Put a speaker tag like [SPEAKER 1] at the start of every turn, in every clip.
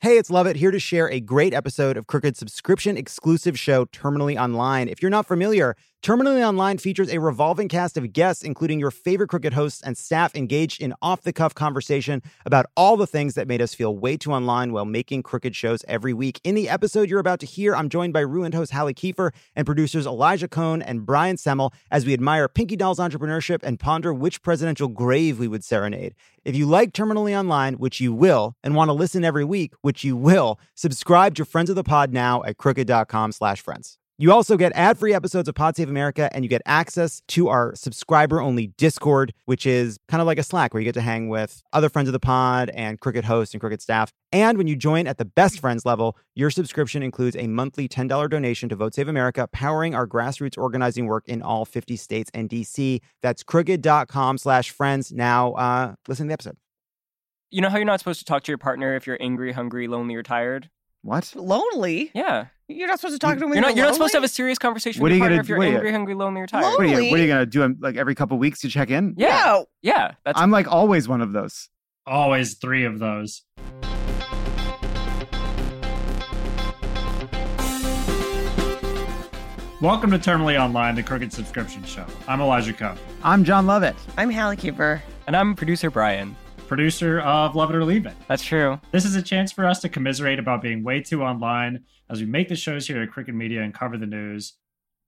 [SPEAKER 1] Hey, it's Lovett here to share a great episode of Crooked's subscription exclusive show, Terminally Online. If you're not familiar, Terminally Online features a revolving cast of guests, including your favorite Crooked hosts and staff engaged in off the cuff conversation about all the things that made us feel way too online while making Crooked shows every week. In the episode you're about to hear, I'm joined by ruined host Hallie Kiefer and producers Elijah Cohn and Brian Semmel as we admire Pinky Doll's entrepreneurship and ponder which presidential grave we would serenade. If you like Terminally Online, which you will, and want to listen every week, which you will, subscribe to Friends of the Pod now at crooked.com slash friends. You also get ad-free episodes of Pod Save America, and you get access to our subscriber-only Discord, which is kind of like a Slack where you get to hang with other friends of the pod and Cricket hosts and Cricket staff. And when you join at the best friends level, your subscription includes a monthly $10 donation to Vote Save America, powering our grassroots organizing work in all 50 states and D.C. That's crooked.com slash friends. Now, uh, listen to the episode.
[SPEAKER 2] You know how you're not supposed to talk to your partner if you're angry, hungry, lonely, or tired?
[SPEAKER 3] What?
[SPEAKER 4] Lonely.
[SPEAKER 2] Yeah.
[SPEAKER 4] You're not supposed to talk to him.
[SPEAKER 2] You're not you're not supposed to have a serious conversation
[SPEAKER 3] What
[SPEAKER 2] with
[SPEAKER 3] are
[SPEAKER 2] your partner
[SPEAKER 3] you gonna
[SPEAKER 2] if you're
[SPEAKER 3] do- wait,
[SPEAKER 2] angry, hungry, lonely, or tired.
[SPEAKER 4] Lonely?
[SPEAKER 3] What are you, what are you gonna do? um, Like every couple weeks to check in?
[SPEAKER 2] Yeah.
[SPEAKER 4] No.
[SPEAKER 2] Yeah. That's
[SPEAKER 3] I'm like always one of those.
[SPEAKER 5] Always three of those. Welcome to Terminally Online, the Crooked Subscription Show. I'm Elijah Coe,
[SPEAKER 3] I'm John Lovett.
[SPEAKER 4] I'm Hallie Cooper.
[SPEAKER 2] and I'm producer Brian.
[SPEAKER 5] producer of Love It or Leave It.
[SPEAKER 2] That's true.
[SPEAKER 5] This is a chance for us to commiserate about being way too online as we make the shows here at Cricket Media and cover the news.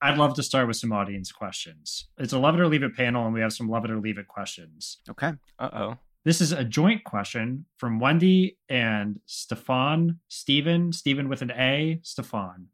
[SPEAKER 5] I'd love to start with some audience questions. It's a Love It or Leave It panel, and we have some Love It or Leave It questions.
[SPEAKER 3] Okay.
[SPEAKER 2] Uh oh.
[SPEAKER 5] This is a joint question from Wendy and Stefan, Stephen, Stephen with an A, Stefan.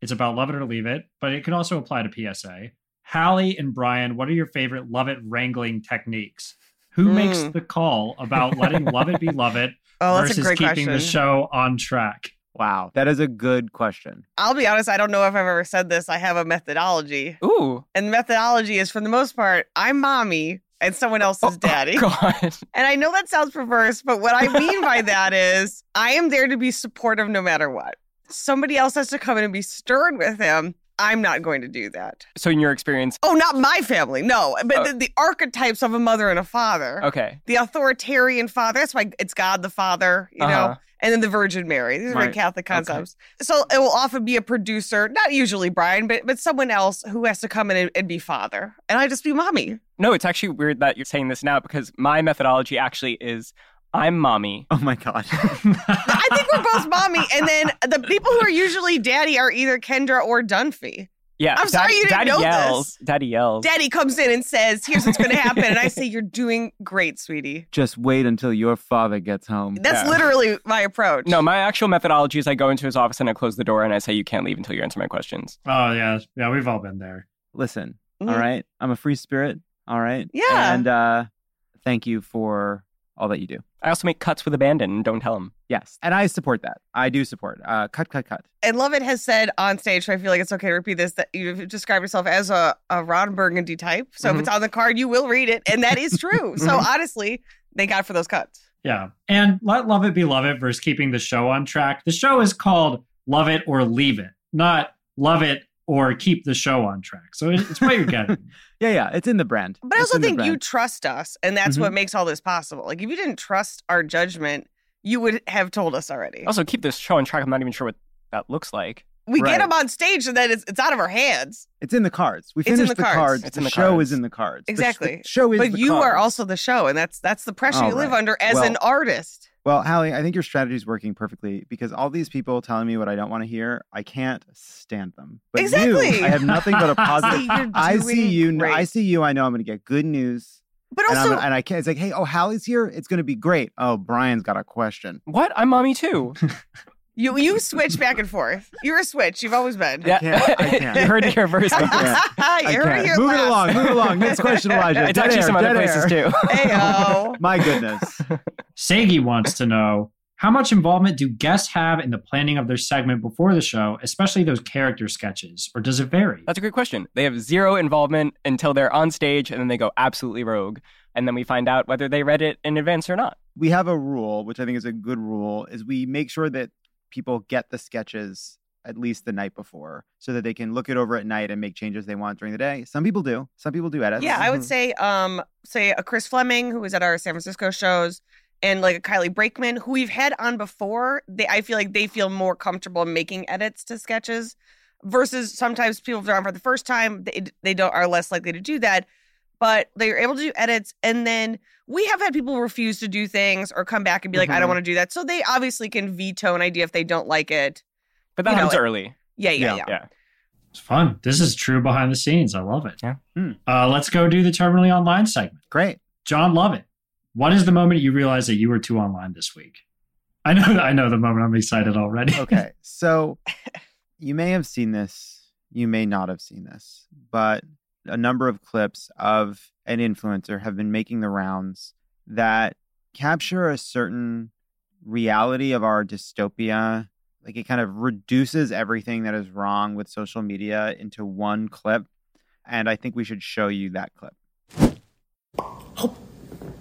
[SPEAKER 5] It's about Love It or Leave It, but it can also apply to PSA. Hallie and Brian, what are your favorite Love It wrangling techniques? Who makes
[SPEAKER 4] Mm.
[SPEAKER 5] the call about letting Love It be Love It
[SPEAKER 4] Oh, that's
[SPEAKER 5] versus
[SPEAKER 4] a great
[SPEAKER 5] keeping
[SPEAKER 4] question.
[SPEAKER 5] the show on track?
[SPEAKER 3] Wow. That is a good question.
[SPEAKER 4] I'll be honest, I don't know if I've ever said this. I have a methodology.
[SPEAKER 2] Ooh.
[SPEAKER 4] And methodology is for the most part, I'm mommy and someone else
[SPEAKER 2] Oh,
[SPEAKER 4] is daddy.
[SPEAKER 2] God.
[SPEAKER 4] and I know that sounds perverse, but what I mean by that is I am there to be supportive no matter what. Somebody else has to come in and be stern with him. I'm not going to do that.
[SPEAKER 2] So in your experience,
[SPEAKER 4] Oh, not my family. No, but
[SPEAKER 2] Oh.
[SPEAKER 4] the, the archetypes of a mother and a father.
[SPEAKER 2] okay.
[SPEAKER 4] The authoritarian father. That's why it's God the Father, you know?
[SPEAKER 2] Uh-huh.
[SPEAKER 4] and then the Virgin Mary. These are very
[SPEAKER 2] Right.
[SPEAKER 4] Catholic concepts. So it will often be a producer, not usually Brian, but but someone else who has to come in and, and be father, and I just be mommy.
[SPEAKER 2] No, it's actually weird that you're saying this now because my methodology actually is I'm mommy.
[SPEAKER 3] Oh my god.
[SPEAKER 4] I think we're both mommy, and then the people who are usually daddy are either Kendra or Dunphy.
[SPEAKER 2] Yeah.
[SPEAKER 4] I'm sorry
[SPEAKER 2] Daddy-
[SPEAKER 4] you didn't
[SPEAKER 2] Daddy
[SPEAKER 4] know
[SPEAKER 2] yells. Daddy yells.
[SPEAKER 4] Daddy comes in and says, "Here's what's going to happen," and I say, "You're doing great, sweetie."
[SPEAKER 3] Just wait until your father gets home.
[SPEAKER 4] That's
[SPEAKER 2] Yeah.
[SPEAKER 4] literally my approach.
[SPEAKER 2] no, my actual methodology is I go into his office and I close the door and I say, You can't leave until you answer my questions.
[SPEAKER 5] Oh, yeah. Yeah, we've all been there.
[SPEAKER 3] Listen.
[SPEAKER 4] Mhm.
[SPEAKER 3] all right. I'm a free spirit. All right.
[SPEAKER 4] Yeah.
[SPEAKER 3] And uh thank you for all that you do.
[SPEAKER 2] I also make cuts with abandon and don't tell him.
[SPEAKER 3] Yes. And I support that. I do support. Uh cut, cut, cut.
[SPEAKER 4] and Lovett has said on stage, so I feel like it's okay to repeat this, that you've described yourself as a, a Ron Burgundy type. So
[SPEAKER 3] Mm-hmm.
[SPEAKER 2] Mhm.
[SPEAKER 4] if it's on the card, you will read it. And that is true. so honestly, thank God for those cuts.
[SPEAKER 5] Yeah. And let Love It Be Love It versus keeping the show on track. The show is called Love It or Leave It, not Love It or Keep the Show on Track. So it- it's what you're getting.
[SPEAKER 3] Yeah, yeah. It's in the brand.
[SPEAKER 4] But I
[SPEAKER 3] It's
[SPEAKER 4] also
[SPEAKER 3] in the
[SPEAKER 4] think you
[SPEAKER 3] brand.
[SPEAKER 4] trust us. And that's
[SPEAKER 3] Mhm.
[SPEAKER 4] what makes all this possible. Like if you didn't trust our judgment, you would have told us already.
[SPEAKER 2] Also, keep this show on track. I'm not even sure what that looks like.
[SPEAKER 4] We get
[SPEAKER 3] right.
[SPEAKER 4] them on stage and then it's, it's out of our hands.
[SPEAKER 3] It's in the cards. We
[SPEAKER 4] It's in
[SPEAKER 3] finished
[SPEAKER 4] the
[SPEAKER 3] the
[SPEAKER 4] cards.
[SPEAKER 3] cards.
[SPEAKER 2] It's
[SPEAKER 3] the
[SPEAKER 2] in the
[SPEAKER 3] show
[SPEAKER 2] cards.
[SPEAKER 3] is in the cards. The sh-
[SPEAKER 4] Exactly.
[SPEAKER 3] The show is
[SPEAKER 4] But
[SPEAKER 3] the
[SPEAKER 4] you are
[SPEAKER 3] cards.
[SPEAKER 4] also the show. And that's that's the pressure
[SPEAKER 3] All
[SPEAKER 4] you live
[SPEAKER 3] right.
[SPEAKER 4] under as
[SPEAKER 3] Well-
[SPEAKER 4] an artist.
[SPEAKER 3] Well, Hallie, I think your strategy is working perfectly because all these people telling me what I don't want to hear, I can't stand them. But you,
[SPEAKER 4] Exactly.
[SPEAKER 3] I have nothing but a
[SPEAKER 4] See,
[SPEAKER 3] positive.
[SPEAKER 4] you're
[SPEAKER 3] I see
[SPEAKER 4] doing
[SPEAKER 3] you. kn-
[SPEAKER 4] great.
[SPEAKER 3] I see you. I know I'm going to get good news.
[SPEAKER 4] But
[SPEAKER 3] and,
[SPEAKER 4] also,
[SPEAKER 3] I'm, and I can't. It's like, hey, oh, Hallie's here. It's going to be great. Oh, Brian's got a question.
[SPEAKER 2] What? I'm mommy too.
[SPEAKER 4] you you switch back and forth. You're a switch. You've always been.
[SPEAKER 2] Yeah.
[SPEAKER 3] can't- I can't.
[SPEAKER 2] you heard it here first.
[SPEAKER 3] I can't. I
[SPEAKER 4] you heard it
[SPEAKER 3] can't.
[SPEAKER 4] here
[SPEAKER 3] Move
[SPEAKER 4] last.
[SPEAKER 3] it along. Move it along. Next question, Elijah.
[SPEAKER 2] It's
[SPEAKER 3] Dead
[SPEAKER 2] actually
[SPEAKER 3] air,
[SPEAKER 2] some other
[SPEAKER 3] dead
[SPEAKER 2] places
[SPEAKER 3] air.
[SPEAKER 2] too.
[SPEAKER 4] Ayo.
[SPEAKER 3] My goodness.
[SPEAKER 5] Sagi wants to know how much involvement do guests have in the planning of their segment before the show, especially those character sketches, or does it vary?
[SPEAKER 2] That's a good question. They have zero involvement until they're on stage and then they go absolutely rogue. And then we find out whether they read it in advance or not.
[SPEAKER 3] we have a rule, which I think is a good rule, is we make sure that people get the sketches at least the night before so that they can look it over at night and make changes they want during the day. Some people do. Some people do edits.
[SPEAKER 4] Yeah, I
[SPEAKER 2] Mhm.
[SPEAKER 4] would say, um, say a Chris Fleming who was at our San Francisco shows and like a Kylie Brakeman, who we've had on before, they I feel like they feel more comfortable making edits to sketches versus sometimes people that are on for the first time, they they don't are less likely to do that. But they are able to do edits, and then we have had people refuse to do things or come back and be like, "I
[SPEAKER 2] Mhm.
[SPEAKER 3] Mm-hmm.
[SPEAKER 4] don't want to do that." So they obviously can veto an idea if they don't like it.
[SPEAKER 2] But that
[SPEAKER 4] You know,
[SPEAKER 2] comes
[SPEAKER 4] it-
[SPEAKER 2] early.
[SPEAKER 4] Yeah, yeah, yeah.
[SPEAKER 5] It's fun. This is true behind the scenes. I love it.
[SPEAKER 2] Yeah.
[SPEAKER 1] Hmm.
[SPEAKER 5] Uh, let's go do the terminally online segment.
[SPEAKER 1] Great.
[SPEAKER 5] John Lovett, what is the moment you realize that you were too online this week? I know, I know the moment. I'm excited
[SPEAKER 2] Oh,
[SPEAKER 5] already.
[SPEAKER 1] Okay. So you may have seen this, you may not have seen this, but a number of clips of an influencer have been making the rounds that capture a certain reality of our dystopia. Like it kind of reduces everything that is wrong with social media into one clip. And I think we should show you that clip.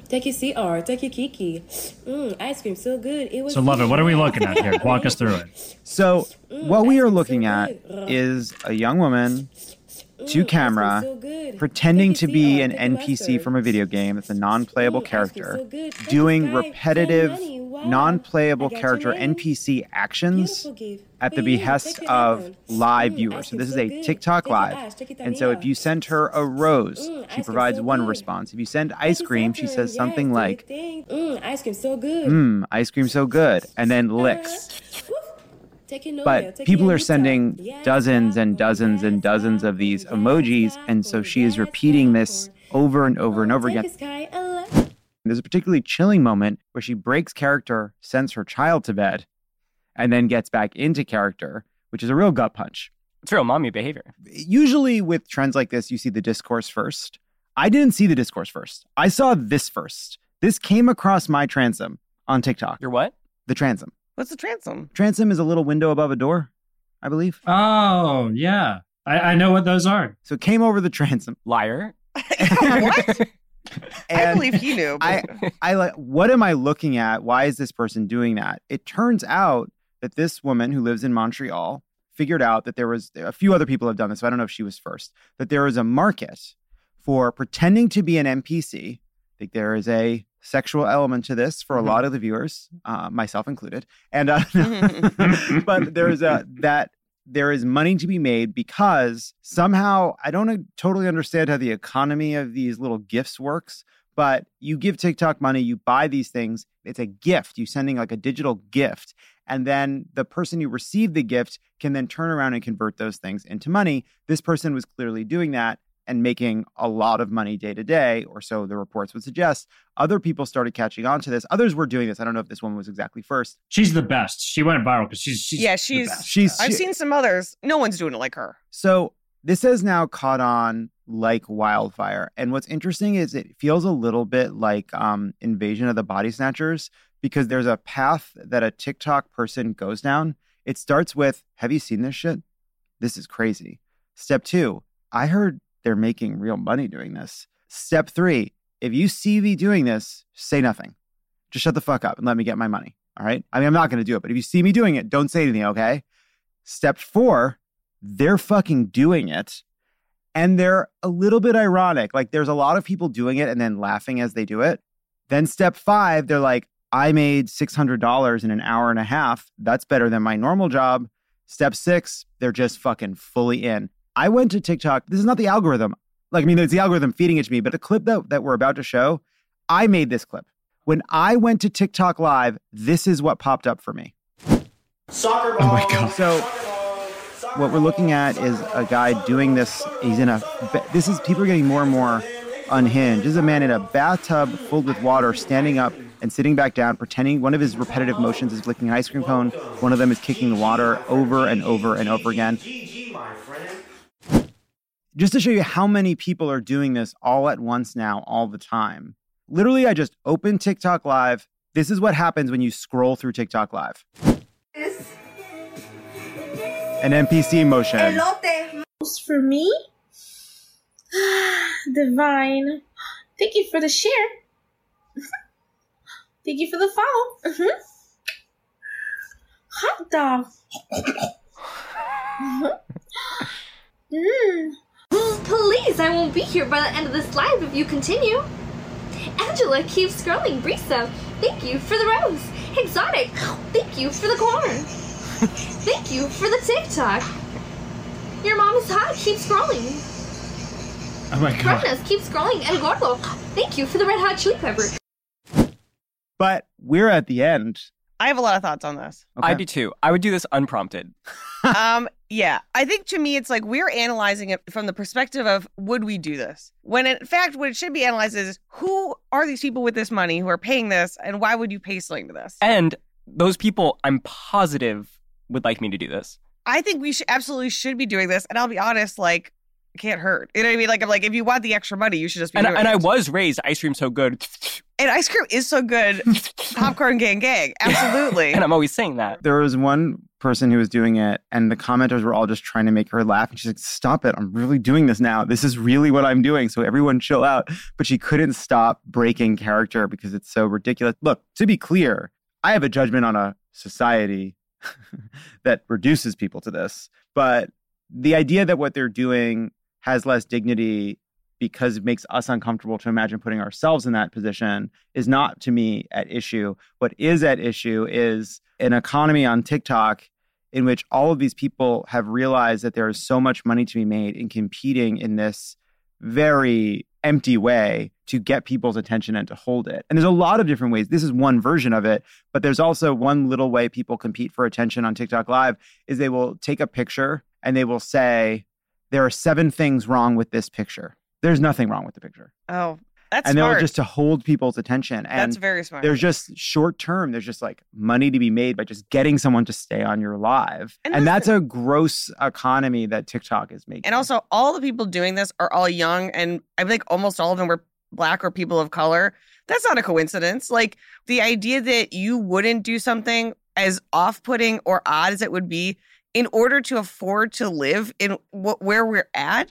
[SPEAKER 6] Take your CR, take your Kiki. Mmm, ice cream so good. It was
[SPEAKER 5] So Lovett, what are we looking at here? Walk us through it.
[SPEAKER 1] So,
[SPEAKER 6] Mm,
[SPEAKER 1] what we
[SPEAKER 6] ice
[SPEAKER 1] are
[SPEAKER 6] cream so
[SPEAKER 1] looking at
[SPEAKER 6] good.
[SPEAKER 1] is a young woman
[SPEAKER 6] Mmm,
[SPEAKER 1] to
[SPEAKER 6] ice cream
[SPEAKER 1] camera,
[SPEAKER 6] so good.
[SPEAKER 1] pretending to
[SPEAKER 6] Take your
[SPEAKER 1] be
[SPEAKER 6] CR,
[SPEAKER 1] an
[SPEAKER 6] take your
[SPEAKER 1] NPC
[SPEAKER 6] mustard.
[SPEAKER 1] from a video game that's a non playable
[SPEAKER 6] Mm, ice cream so
[SPEAKER 1] character,
[SPEAKER 6] good. Thank you,
[SPEAKER 1] doing
[SPEAKER 6] guy.
[SPEAKER 1] repetitive,
[SPEAKER 6] So many. Wow.
[SPEAKER 1] non
[SPEAKER 6] I
[SPEAKER 1] playable
[SPEAKER 6] got your
[SPEAKER 1] character
[SPEAKER 6] name.
[SPEAKER 1] NPC actions
[SPEAKER 6] Beautiful gift.
[SPEAKER 1] at the
[SPEAKER 6] For you.
[SPEAKER 1] behest
[SPEAKER 6] Take your
[SPEAKER 1] of
[SPEAKER 6] apple.
[SPEAKER 1] live
[SPEAKER 6] Mm,
[SPEAKER 1] viewers.
[SPEAKER 6] ice
[SPEAKER 1] So,
[SPEAKER 6] cream
[SPEAKER 1] this is
[SPEAKER 6] so
[SPEAKER 1] a
[SPEAKER 6] good.
[SPEAKER 1] TikTok
[SPEAKER 6] Take your
[SPEAKER 1] live.
[SPEAKER 6] ass, take your
[SPEAKER 1] And so, if
[SPEAKER 6] tortilla.
[SPEAKER 1] you send her a rose,
[SPEAKER 6] Mm, ice
[SPEAKER 1] she
[SPEAKER 6] cream
[SPEAKER 1] provides
[SPEAKER 6] so
[SPEAKER 1] one
[SPEAKER 6] good.
[SPEAKER 1] response. If you send
[SPEAKER 6] Thank
[SPEAKER 1] ice
[SPEAKER 6] you so
[SPEAKER 1] cream, she
[SPEAKER 6] much.
[SPEAKER 1] says
[SPEAKER 6] Yeah,
[SPEAKER 1] something
[SPEAKER 6] do your
[SPEAKER 1] like,
[SPEAKER 6] thing. Mmm, ice cream so good.
[SPEAKER 1] mmm, ice cream so good, and then licks.
[SPEAKER 6] Uh, woof. Take your Nobel,
[SPEAKER 1] but
[SPEAKER 6] Oh, take
[SPEAKER 1] people
[SPEAKER 6] your
[SPEAKER 1] are
[SPEAKER 6] Utah.
[SPEAKER 1] sending
[SPEAKER 6] Yes,
[SPEAKER 1] dozens and
[SPEAKER 6] popcorn,
[SPEAKER 1] dozens and
[SPEAKER 6] yes,
[SPEAKER 1] dozens of these
[SPEAKER 6] popcorn,
[SPEAKER 1] emojis
[SPEAKER 6] yes,
[SPEAKER 1] and so
[SPEAKER 6] popcorn,
[SPEAKER 1] she is
[SPEAKER 6] yes,
[SPEAKER 1] repeating this
[SPEAKER 6] popcorn.
[SPEAKER 1] over and over and
[SPEAKER 6] Oh,
[SPEAKER 1] over
[SPEAKER 6] take
[SPEAKER 1] again
[SPEAKER 6] a sky, a la-
[SPEAKER 1] there's a particularly chilling moment where she breaks character sends her child to bed and then gets back into character which is a real gut punch
[SPEAKER 2] It's real mommy behavior.
[SPEAKER 1] usually with trends like this you see the discourse first i didn't see the discourse first i saw this first this came across my transom on tiktok
[SPEAKER 2] You're what?
[SPEAKER 1] the transom
[SPEAKER 4] What's the transom?
[SPEAKER 1] transom is a little window above a door i believe
[SPEAKER 5] Oh, yeah. I, I know what those are.
[SPEAKER 1] so it came over the transom
[SPEAKER 2] Liar.
[SPEAKER 4] what? I
[SPEAKER 1] and-
[SPEAKER 4] believe he knew.
[SPEAKER 1] I I like what am I looking at? Why is this person doing that? It turns out that this woman who lives in Montreal figured out that there was a few other people have done this. So I don't know if she was first. That there is a market for pretending to be an NPC. I think there is a sexual element to this for a lot of the viewers, uh, myself included. And uh, but there is a that there is money to be made because somehow I don't uh, totally understand how the economy of these little gifts works. But you give TikTok money, you buy these things. It's a gift. You're sending like a digital gift. And then the person who received the gift can then turn around and convert those things into money. This person was clearly doing that and making a lot of money day to day, or so the reports would suggest. Other people started catching on to this. Others were doing this. I don't know if this woman was exactly first.
[SPEAKER 5] She's the best. She went viral because she's, she's
[SPEAKER 4] Yeah,
[SPEAKER 5] the
[SPEAKER 4] she's-
[SPEAKER 5] best.
[SPEAKER 1] She's
[SPEAKER 4] I've
[SPEAKER 1] she-
[SPEAKER 4] seen some others. No one's doing it like her.
[SPEAKER 1] So this has now caught on like wildfire. And what's interesting is it feels a little bit like um, Invasion of the Body Snatchers because there's a path that a TikTok person goes down. It starts with, "Have you seen this shit? This is crazy." Step two, I heard they're making real money doing this. Step three, if you see me doing this, say nothing. Just shut the fuck up and let me get my money. All right. I mean, I'm not going to do it, but if you see me doing it, don't say anything. Okay. Step four, they're fucking doing it and they're a little bit ironic like there's a lot of people doing it and then laughing as they do it then step five they're like i made $600 in an hour and a half that's better than my normal job step six they're just fucking fully in i went to tiktok this is not the algorithm like i mean it's the algorithm feeding it to me but the clip that, that we're about to show i made this clip when i went to tiktok live this is what popped up for me
[SPEAKER 3] Soccer ball.
[SPEAKER 5] Oh my God.
[SPEAKER 1] so what we're looking at is a guy doing this. He's in a. This is people are getting more and more unhinged. This is a man in a bathtub filled with water, standing up and sitting back down, pretending one of his repetitive motions is licking an ice cream cone. One of them is kicking the water over and over and over again.
[SPEAKER 3] GG, my friend.
[SPEAKER 1] Just to show you how many people are doing this all at once now, all the time. Literally, I just opened TikTok Live. This is what happens when you scroll through TikTok Live. An NPC motion.
[SPEAKER 7] Most for me? Divine. Thank you for the share. Thank you for the follow. Mhm. Hot dog. Mhm. Mm.
[SPEAKER 8] Hmm. Please, I won't be here by the end of this live if you continue. Angela keeps growing Brisa. Thank you for the rose. Exotic. Thank you for the corn. Thank you for the TikTok. Your mom is hot. Keep scrolling.
[SPEAKER 5] Oh my god.
[SPEAKER 8] Ronas, keep scrolling. El Gordo. Thank you for the red hot chili pepper.
[SPEAKER 3] But we're at the end.
[SPEAKER 4] I have a lot of thoughts on this.
[SPEAKER 2] I do too. I would do this unprompted.
[SPEAKER 4] um, yeah, I think to me it's like we're analyzing it from the perspective of would we do this? When in fact, what it should be analyzed is who are these people with this money who are paying this, and why would you pay something to this?
[SPEAKER 2] And those people, I'm positive, would like me to do this.
[SPEAKER 4] I think we should absolutely should be doing this, and I'll be honest, like it can't hurt. You know what I mean? Like I'm like, if you want the extra money, you should just be.
[SPEAKER 2] And,
[SPEAKER 4] doing
[SPEAKER 2] and
[SPEAKER 4] it.
[SPEAKER 2] I was raised ice cream so good.
[SPEAKER 4] and ice cream is so good. Popcorn gang gang, absolutely.
[SPEAKER 2] And I'm always saying that.
[SPEAKER 3] There was one person who was doing it, and the commenters were all just trying to make her laugh. And she's like, Stop it. I'm really doing this now. This is really what I'm doing. So everyone chill out. But she couldn't stop breaking character because it's so ridiculous. Look, to be clear, I have a judgment on a society that reduces people to this. But the idea that what they're doing has less dignity because it makes us uncomfortable to imagine putting ourselves in that position is not to me at issue. What is at issue is an economy on TikTok in which all of these people have realized that there is so much money to be made in competing in this very empty way to get people's attention and to hold it. And there's a lot of different ways. This is one version of it, but there's also one little way people compete for attention on TikTok Live is they will take a picture and they will say there are seven things wrong with this picture. There's nothing wrong with the picture.
[SPEAKER 4] oh, that's
[SPEAKER 3] and
[SPEAKER 4] smart.
[SPEAKER 3] they'll just to hold people's attention and
[SPEAKER 4] that's very smart.
[SPEAKER 3] there's just short term. There's just like money to be made by just getting someone to stay on your live.
[SPEAKER 4] And
[SPEAKER 3] And,
[SPEAKER 4] that's
[SPEAKER 3] that's, a gross economy that TikTok is making.
[SPEAKER 4] And also, all the people doing this are all young, and I think almost all of them were black or people of color. That's not a coincidence. Like the idea that you wouldn't do something as off-putting or odd as it would be in order to afford to live in wh- where we're at.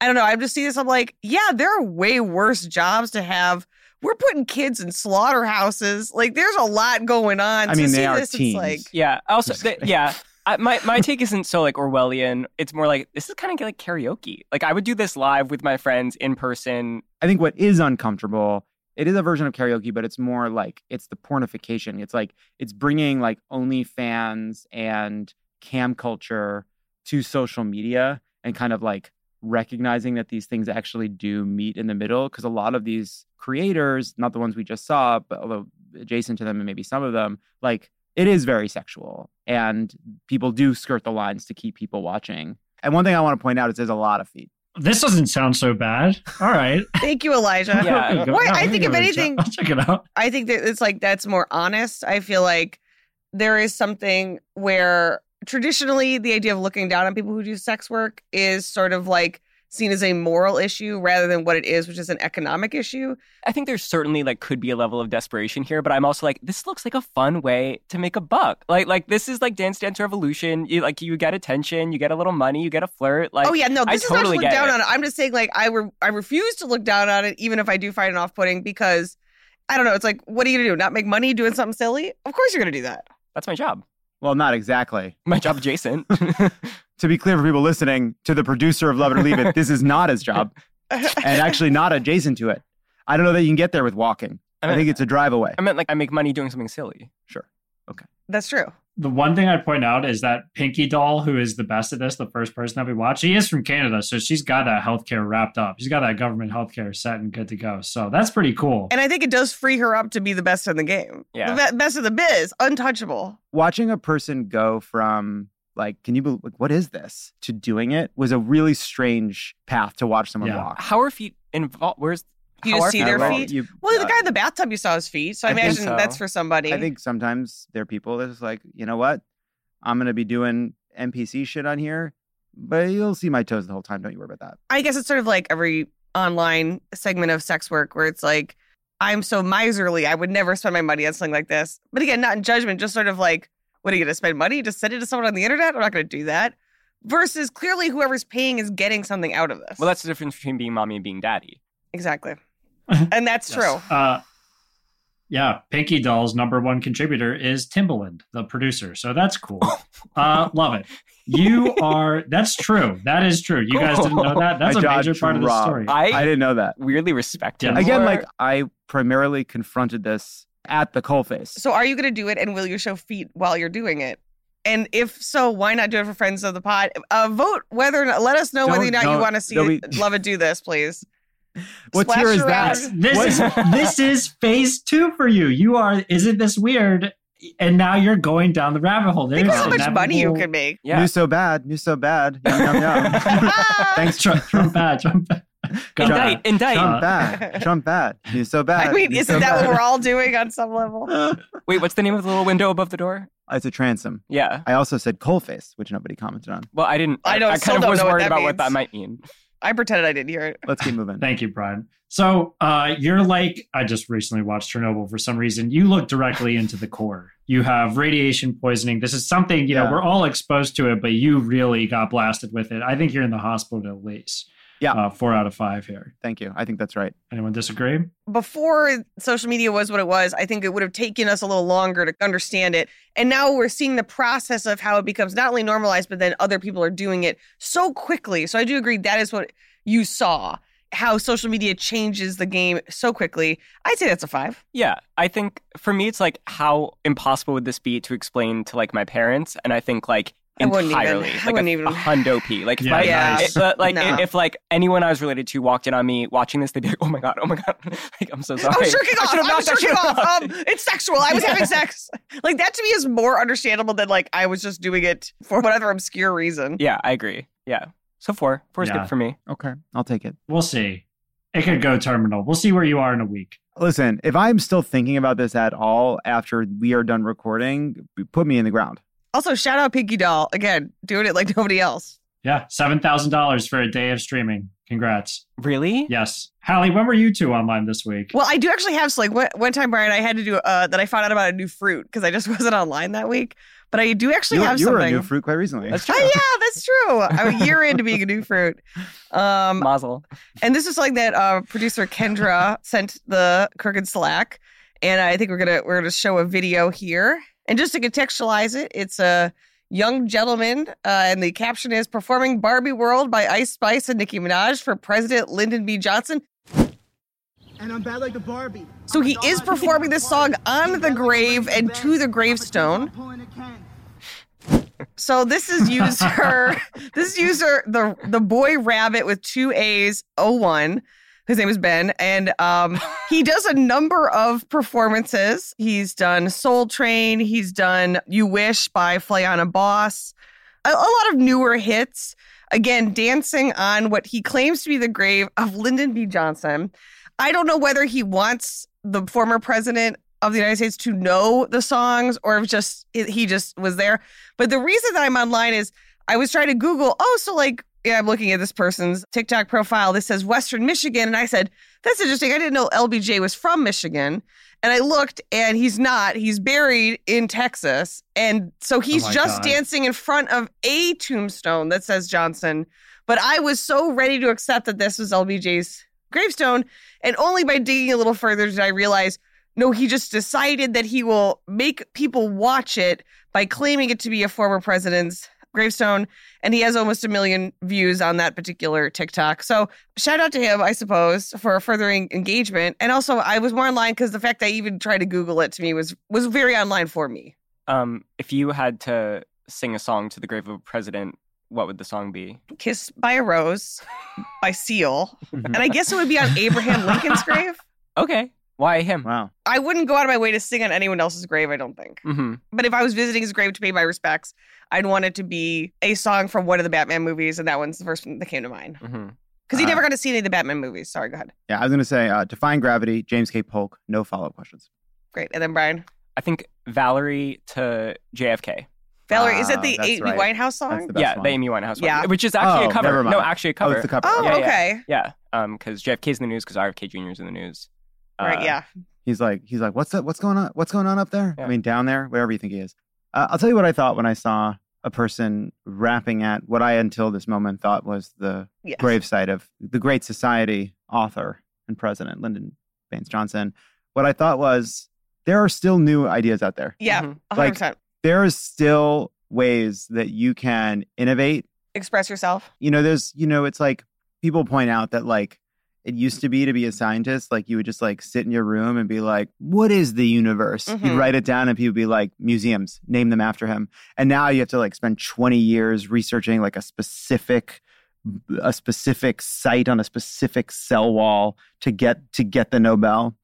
[SPEAKER 4] I don't know. I just see this. I'm like, yeah, there are way worse jobs to have. We're putting kids in slaughterhouses. Like, there's a lot going on.
[SPEAKER 3] I
[SPEAKER 4] To
[SPEAKER 3] mean,
[SPEAKER 4] see
[SPEAKER 3] they are
[SPEAKER 4] this, it's
[SPEAKER 3] teens.
[SPEAKER 4] like,
[SPEAKER 2] Yeah. Also,
[SPEAKER 3] Just
[SPEAKER 2] th-
[SPEAKER 3] kidding.
[SPEAKER 2] yeah. I, my my take isn't so like Orwellian. It's more like this is kind of like karaoke. Like I would do this live with my friends in person.
[SPEAKER 3] I think what is uncomfortable, it is a version of karaoke, but it's more like it's the pornification. It's like it's bringing like OnlyFans and cam culture to social media and kind of like recognizing that these things actually do meet in the middle. Cause a lot of these creators, not the ones we just saw, but although adjacent to them and maybe some of them, like it is very sexual and people do skirt the lines to keep people watching. And one thing I want to point out is there's a lot of feet.
[SPEAKER 5] This doesn't sound so bad. All right.
[SPEAKER 4] thank you, Elijah.
[SPEAKER 2] Yeah.
[SPEAKER 5] I'll go-
[SPEAKER 4] Why-
[SPEAKER 5] no,
[SPEAKER 4] I
[SPEAKER 5] I'll
[SPEAKER 4] think
[SPEAKER 5] give
[SPEAKER 4] if
[SPEAKER 5] it a
[SPEAKER 4] anything-
[SPEAKER 5] shot. I'll check it out.
[SPEAKER 4] I think that it's like that's more honest. I feel like there is something where traditionally the idea of looking down on people who do sex work is sort of like seen as a moral issue rather than what it is, which is an economic issue.
[SPEAKER 2] I think there's certainly like could be a level of desperation here, but I'm also like this looks like a fun way to make a buck. Like like this is like Dance Dance Revolution. You like you get attention, you get a little money, you get a flirt. Like
[SPEAKER 4] oh yeah, no,
[SPEAKER 2] I
[SPEAKER 4] this is
[SPEAKER 2] totally
[SPEAKER 4] not to
[SPEAKER 2] get
[SPEAKER 4] look down
[SPEAKER 2] it.
[SPEAKER 4] on it. I'm just saying like I re- I refuse to look down on it, even if I do find it off-putting because I don't know. It's like, what are you gonna do? Not make money doing something silly? Of course you're gonna do that.
[SPEAKER 2] that's my job.
[SPEAKER 3] Well, not exactly.
[SPEAKER 2] My job adjacent.
[SPEAKER 3] to be clear for people listening, to the producer of Love It or Leave It, this is not his job and actually not adjacent to it. I don't know that you can get there with walking.
[SPEAKER 2] I
[SPEAKER 3] I,
[SPEAKER 2] mean-
[SPEAKER 3] think it's a drive away.
[SPEAKER 2] I meant like I make money doing something silly.
[SPEAKER 3] sure.
[SPEAKER 4] That's true.
[SPEAKER 5] The one thing I'd point out is that Pinky Doll, who is the best at this, the first person that we watch, she is from Canada. So she's got that healthcare wrapped up. She's got that government healthcare set and good to go. So that's pretty cool.
[SPEAKER 4] And I think it does free her up to be the best in the game.
[SPEAKER 2] Yeah.
[SPEAKER 4] The be- best of the biz, untouchable.
[SPEAKER 3] Watching a person go from like, can you believe, like, what is this to doing it was a really strange path to watch someone
[SPEAKER 5] Yeah.
[SPEAKER 3] walk.
[SPEAKER 2] How are feet involved? Where's
[SPEAKER 4] You
[SPEAKER 2] how
[SPEAKER 4] just
[SPEAKER 2] are
[SPEAKER 4] see
[SPEAKER 2] feet
[SPEAKER 4] their
[SPEAKER 2] involved?
[SPEAKER 4] feet?
[SPEAKER 3] You-
[SPEAKER 4] Well, the
[SPEAKER 3] uh,
[SPEAKER 4] guy in the bathtub, you saw his feet. So I,
[SPEAKER 3] I think
[SPEAKER 4] imagine
[SPEAKER 2] so.
[SPEAKER 4] that's for somebody.
[SPEAKER 3] I think sometimes there are people that's just like, you know what? I'm going to be doing NPC shit on here, but you'll see my toes the whole time. Don't you worry about that.
[SPEAKER 4] I guess it's sort of like every online segment of sex work where it's like, I'm so miserly. I would never spend my money on something like this. But again, not in judgment, just sort of like, what are you going to spend money? Just send it to someone on the internet? I'm not going to do that. Versus clearly whoever's paying is getting something out of this.
[SPEAKER 2] Well, that's the difference between being mommy and being daddy.
[SPEAKER 4] exactly. And that's
[SPEAKER 5] Yes.
[SPEAKER 4] true.
[SPEAKER 5] Uh, Yeah, Pinky Doll's number one contributor is Timbaland, the producer. So that's cool. Uh, love it. You are. That's true. That is true. You guys didn't know that. That's
[SPEAKER 3] My
[SPEAKER 5] a
[SPEAKER 3] jaw
[SPEAKER 5] major part of the
[SPEAKER 3] dropped.
[SPEAKER 5] story.
[SPEAKER 2] I,
[SPEAKER 3] I didn't know that.
[SPEAKER 2] weirdly respect him.
[SPEAKER 5] Yeah.
[SPEAKER 3] Again,
[SPEAKER 2] for-
[SPEAKER 3] like I primarily confronted this at the coalface.
[SPEAKER 4] So are you going to do it and will you show feet while you're doing it? And if so, why not do it for friends of the pod? Uh, vote whether or not, let us know whether or
[SPEAKER 3] Don't-
[SPEAKER 4] not you
[SPEAKER 3] don't-
[SPEAKER 4] want to see
[SPEAKER 3] don't
[SPEAKER 4] it, Love it, do this, please.
[SPEAKER 3] What's here is that.
[SPEAKER 4] around.
[SPEAKER 5] this
[SPEAKER 3] What-
[SPEAKER 5] is this is phase two for you. You are. Isn't this weird? And now you're going down the rabbit hole.
[SPEAKER 4] Think of
[SPEAKER 5] There's
[SPEAKER 4] how much money you
[SPEAKER 5] inevitable-
[SPEAKER 4] could make.
[SPEAKER 2] yeah.
[SPEAKER 3] New so bad, new so bad. Yum yum yum.
[SPEAKER 4] Ah!
[SPEAKER 3] Thanks,
[SPEAKER 5] Trump, Trump bad. Trump bad. Go
[SPEAKER 2] indict,
[SPEAKER 5] back.
[SPEAKER 2] indict.
[SPEAKER 5] Shut
[SPEAKER 3] Trump
[SPEAKER 5] up.
[SPEAKER 3] bad, Trump bad, new so bad.
[SPEAKER 4] I mean,
[SPEAKER 3] new
[SPEAKER 4] isn't
[SPEAKER 3] so
[SPEAKER 4] that what
[SPEAKER 3] bad.
[SPEAKER 4] we're all doing on some level?
[SPEAKER 2] Wait, what's the name of the little window above the door?
[SPEAKER 3] It's a transom.
[SPEAKER 2] Yeah.
[SPEAKER 3] I also said coalface, which nobody commented on.
[SPEAKER 2] Well, I didn't.
[SPEAKER 4] I don't-
[SPEAKER 2] I
[SPEAKER 4] still
[SPEAKER 2] kind of
[SPEAKER 4] don't
[SPEAKER 2] was
[SPEAKER 4] know what
[SPEAKER 2] worried
[SPEAKER 4] that
[SPEAKER 2] about
[SPEAKER 4] means.
[SPEAKER 2] what that might mean.
[SPEAKER 4] I pretended I didn't hear it.
[SPEAKER 3] Let's keep moving.
[SPEAKER 5] Thank you, Brian. So uh, you're like, I just recently watched Chernobyl for some reason. You look directly into the core. You have radiation poisoning. This is something, you know,
[SPEAKER 3] Yeah.
[SPEAKER 5] we're all exposed to it, but you really got blasted with it. I think you're in the hospital at least.
[SPEAKER 3] Yeah.
[SPEAKER 5] Uh, four out of five here.
[SPEAKER 3] Thank you. I think that's right.
[SPEAKER 5] Anyone disagree?
[SPEAKER 4] Before social media was what it was, I think it would have taken us a little longer to understand it. And now we're seeing the process of how it becomes not only normalized, but then other people are doing it so quickly. So I do agree that is what you saw how social media changes the game so quickly. I'd say that's a five.
[SPEAKER 2] Yeah, I think for me, it's like how impossible would this be to explain to like my parents? And I think like
[SPEAKER 4] I wouldn't even-
[SPEAKER 2] entirely, like
[SPEAKER 4] I wouldn't
[SPEAKER 2] a,
[SPEAKER 4] even-
[SPEAKER 2] a hundo p. Like if
[SPEAKER 5] Yeah,
[SPEAKER 2] my,
[SPEAKER 4] nice.
[SPEAKER 2] it- but, like
[SPEAKER 4] Nah.
[SPEAKER 2] i- if like anyone I was related to walked in on me watching this, they'd be like, "Oh my god, oh my god!" like I'm so sorry.
[SPEAKER 4] I'm jerking
[SPEAKER 2] I
[SPEAKER 4] off.
[SPEAKER 2] should have
[SPEAKER 4] I'm
[SPEAKER 2] knocked, I should
[SPEAKER 4] jerking
[SPEAKER 2] have
[SPEAKER 4] off. Um,
[SPEAKER 2] knocked.
[SPEAKER 4] it's sexual. I was having sex. Like that to me is more understandable than like I was just doing it for whatever obscure reason.
[SPEAKER 2] yeah, I agree. Yeah, so four, four is
[SPEAKER 5] Yeah.
[SPEAKER 2] good for me.
[SPEAKER 3] Okay, I'll take it.
[SPEAKER 5] We'll see. It could go terminal. We'll see where you are in a week.
[SPEAKER 3] Listen, if I'm still thinking about this at all after we are done recording, put me in the ground.
[SPEAKER 4] Also, shout out Pinky Doll again, doing it like nobody else.
[SPEAKER 5] Yeah. $7,000 for a day of streaming. Congrats.
[SPEAKER 2] Really?
[SPEAKER 5] Yes. Hallie, when were you two online this week?
[SPEAKER 4] Well, I do actually have so like one, one time, Brian, I had to do uh that I found out about a new fruit because I just wasn't online that week. But I do actually
[SPEAKER 3] You,
[SPEAKER 4] have
[SPEAKER 3] you were a
[SPEAKER 4] something.
[SPEAKER 3] new fruit quite recently.
[SPEAKER 2] That's true.
[SPEAKER 4] Oh, yeah, that's true. I'm a year into being a new fruit. Um,
[SPEAKER 2] Mazel.
[SPEAKER 4] And this is something that uh, producer Kendra sent the crooked slack, and I think we're gonna we're gonna show a video here. And just to contextualize it, it's a young gentleman, uh, and the caption is "Performing Barbie World" by Ice Spice and Nicki Minaj for President Lyndon B. Johnson.
[SPEAKER 7] And I'm bad like the Barbie.
[SPEAKER 4] So he is performing this song on the grave and to the gravestone. So this is user this is user the the boy rabbit with two A's 01. His name is Ben, and um, he does a number of performances. He's done Soul Train. He's done You Wish by Flayana Boss. A, a lot of newer hits. Again, dancing on what he claims to be the grave of Lyndon B. Johnson. I don't know whether he wants the former president of the United States to know the songs or if just he just was there. But the reason that I'm online is I was trying to Google, oh, so like, yeah, I'm looking at this person's TikTok profile. This says Western Michigan. And I said, that's interesting. I didn't know LBJ was from Michigan. And I looked and he's not. He's buried in Texas. And so he's
[SPEAKER 5] Oh my
[SPEAKER 4] just
[SPEAKER 5] God.
[SPEAKER 4] dancing in front of a tombstone that says Johnson. But I was so ready to accept that this was LBJ's gravestone. And only by digging a little further did I realize no, he just decided that he will make people watch it by claiming it to be a former president's gravestone. And he has almost a million views on that particular TikTok. So shout out to him, I suppose, for furthering engagement. And also, I was more online because the fact that I even tried to Google it to me was was very online for me.
[SPEAKER 2] Um, if you had to sing a song to the grave of a president, what would the song be?
[SPEAKER 4] Kiss by a Rose by Seal. And I guess it would be on Abraham Lincoln's grave.
[SPEAKER 2] Okay, why him?
[SPEAKER 3] wow.
[SPEAKER 4] I wouldn't go out of my way to sing on anyone else's grave, I don't think.
[SPEAKER 2] Mm-hmm.
[SPEAKER 4] But if I was visiting his grave to pay my respects, I'd want it to be a song from one of the Batman movies. And that one's the first one that came to mind.
[SPEAKER 2] Mm-hmm.
[SPEAKER 4] Because he never
[SPEAKER 3] Uh,
[SPEAKER 4] got to see any of the Batman movies. Sorry, go ahead.
[SPEAKER 3] Yeah, I was gonna say uh, define gravity. James K. Polk. No follow up questions.
[SPEAKER 4] Great. And then Brian.
[SPEAKER 2] I think Valerie to JFK.
[SPEAKER 4] Valerie, is that
[SPEAKER 3] Ah,
[SPEAKER 4] the
[SPEAKER 3] that's
[SPEAKER 4] Amy
[SPEAKER 3] right.
[SPEAKER 4] Winehouse
[SPEAKER 3] That's
[SPEAKER 4] song?
[SPEAKER 3] the best
[SPEAKER 2] Yeah,
[SPEAKER 3] one.
[SPEAKER 2] the Amy Winehouse one.
[SPEAKER 4] Yeah.
[SPEAKER 2] Which is actually
[SPEAKER 3] Oh,
[SPEAKER 2] a cover.
[SPEAKER 3] never mind.
[SPEAKER 2] No, actually a
[SPEAKER 3] Oh,
[SPEAKER 2] cover.
[SPEAKER 3] it's the cover.
[SPEAKER 4] oh,
[SPEAKER 2] Yeah, yeah.
[SPEAKER 4] okay.
[SPEAKER 2] Yeah, um, because JFK's in the news because RFK Jr. is in the news.
[SPEAKER 4] Right,
[SPEAKER 2] Uh,
[SPEAKER 4] yeah.
[SPEAKER 3] He's like, he's like, what's that? What's going on? What's going on up there?
[SPEAKER 2] Yeah.
[SPEAKER 3] I mean, down there, wherever you think he is. Uh, I'll tell you what I thought when I saw a person rapping at what I, until this moment, thought was the
[SPEAKER 4] Yes.
[SPEAKER 3] gravesite of the great society author and president Lyndon Baines Johnson. What I thought was there are still new ideas out there.
[SPEAKER 4] Yeah,
[SPEAKER 2] Mhm.
[SPEAKER 4] 100%.
[SPEAKER 3] mm-hmm. Like- There is still ways that you can innovate.
[SPEAKER 4] Express yourself.
[SPEAKER 3] You know, there's, you know, it's like people point out that like it used to be to be a scientist, like you would just like sit in your room and be like, what is the universe?
[SPEAKER 4] Mhm.
[SPEAKER 3] You'd write it down and people would be like, museums, name them after him. And now you have to like spend 20 years researching like a specific a specific site on a specific cell wall to get to get the Nobel.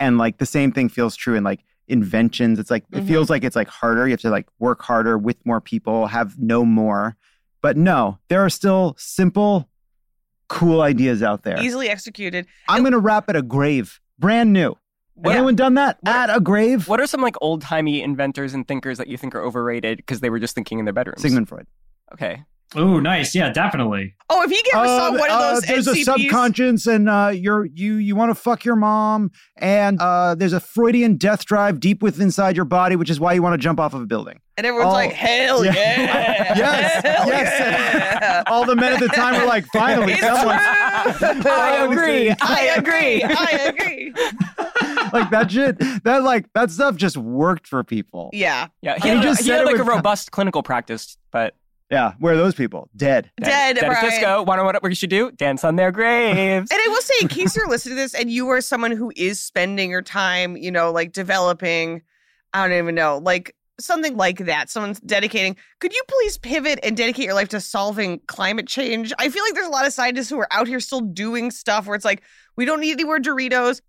[SPEAKER 3] And like the same thing feels true in like inventions. It's like
[SPEAKER 4] Mhm.
[SPEAKER 3] it feels like it's like harder. You have to like work harder with more people, have no more. But no, there are still simple, cool ideas out there.
[SPEAKER 4] Easily executed.
[SPEAKER 3] I'm gonna rap at a grave, brand new.
[SPEAKER 2] What-
[SPEAKER 3] Anyone done that
[SPEAKER 2] What-
[SPEAKER 3] at a grave?
[SPEAKER 2] What are some like old timey inventors and thinkers that you think are overrated because they were just thinking in their bedrooms?
[SPEAKER 3] Sigmund Freud.
[SPEAKER 2] Okay.
[SPEAKER 5] Ooh, nice. Yeah, definitely.
[SPEAKER 4] Oh, if he ever saw
[SPEAKER 3] Um,
[SPEAKER 4] one of
[SPEAKER 3] uh,
[SPEAKER 4] those
[SPEAKER 3] there's
[SPEAKER 4] NCPs,
[SPEAKER 3] a subconscious, and uh, you're you you want to fuck your mom, and uh, there's a Freudian death drive deep within inside your body, which is why you want to jump off of a building.
[SPEAKER 4] and everyone's
[SPEAKER 3] Oh.
[SPEAKER 4] like, hell yeah.
[SPEAKER 3] Yeah. Yes,
[SPEAKER 4] Hell
[SPEAKER 3] yes. Oh,
[SPEAKER 4] yeah.
[SPEAKER 3] All the men at the time were like, finally,
[SPEAKER 4] It's
[SPEAKER 3] someone.
[SPEAKER 4] true.
[SPEAKER 2] I agree. I agree.
[SPEAKER 4] I agree.
[SPEAKER 3] like that shit. That like that stuff just worked for people.
[SPEAKER 4] Yeah.
[SPEAKER 2] Yeah. He
[SPEAKER 3] I
[SPEAKER 2] had,
[SPEAKER 3] just
[SPEAKER 2] he
[SPEAKER 3] said
[SPEAKER 2] had,
[SPEAKER 3] it
[SPEAKER 2] like a
[SPEAKER 3] with-
[SPEAKER 2] robust clinical practice, but
[SPEAKER 3] Yeah, where are those people? Dead.
[SPEAKER 4] Dead,
[SPEAKER 2] dead at
[SPEAKER 4] Brian.
[SPEAKER 2] disco. Want to know what we should do? Dance on their graves.
[SPEAKER 4] And I will say, in case you're listening to this and you are someone who is spending your time, you know, like developing, I don't even know, like something like that, someone's dedicating, could you please pivot and dedicate your life to solving climate change? I feel like there's a lot of scientists who are out here still doing stuff where it's like, we don't need any more Doritos.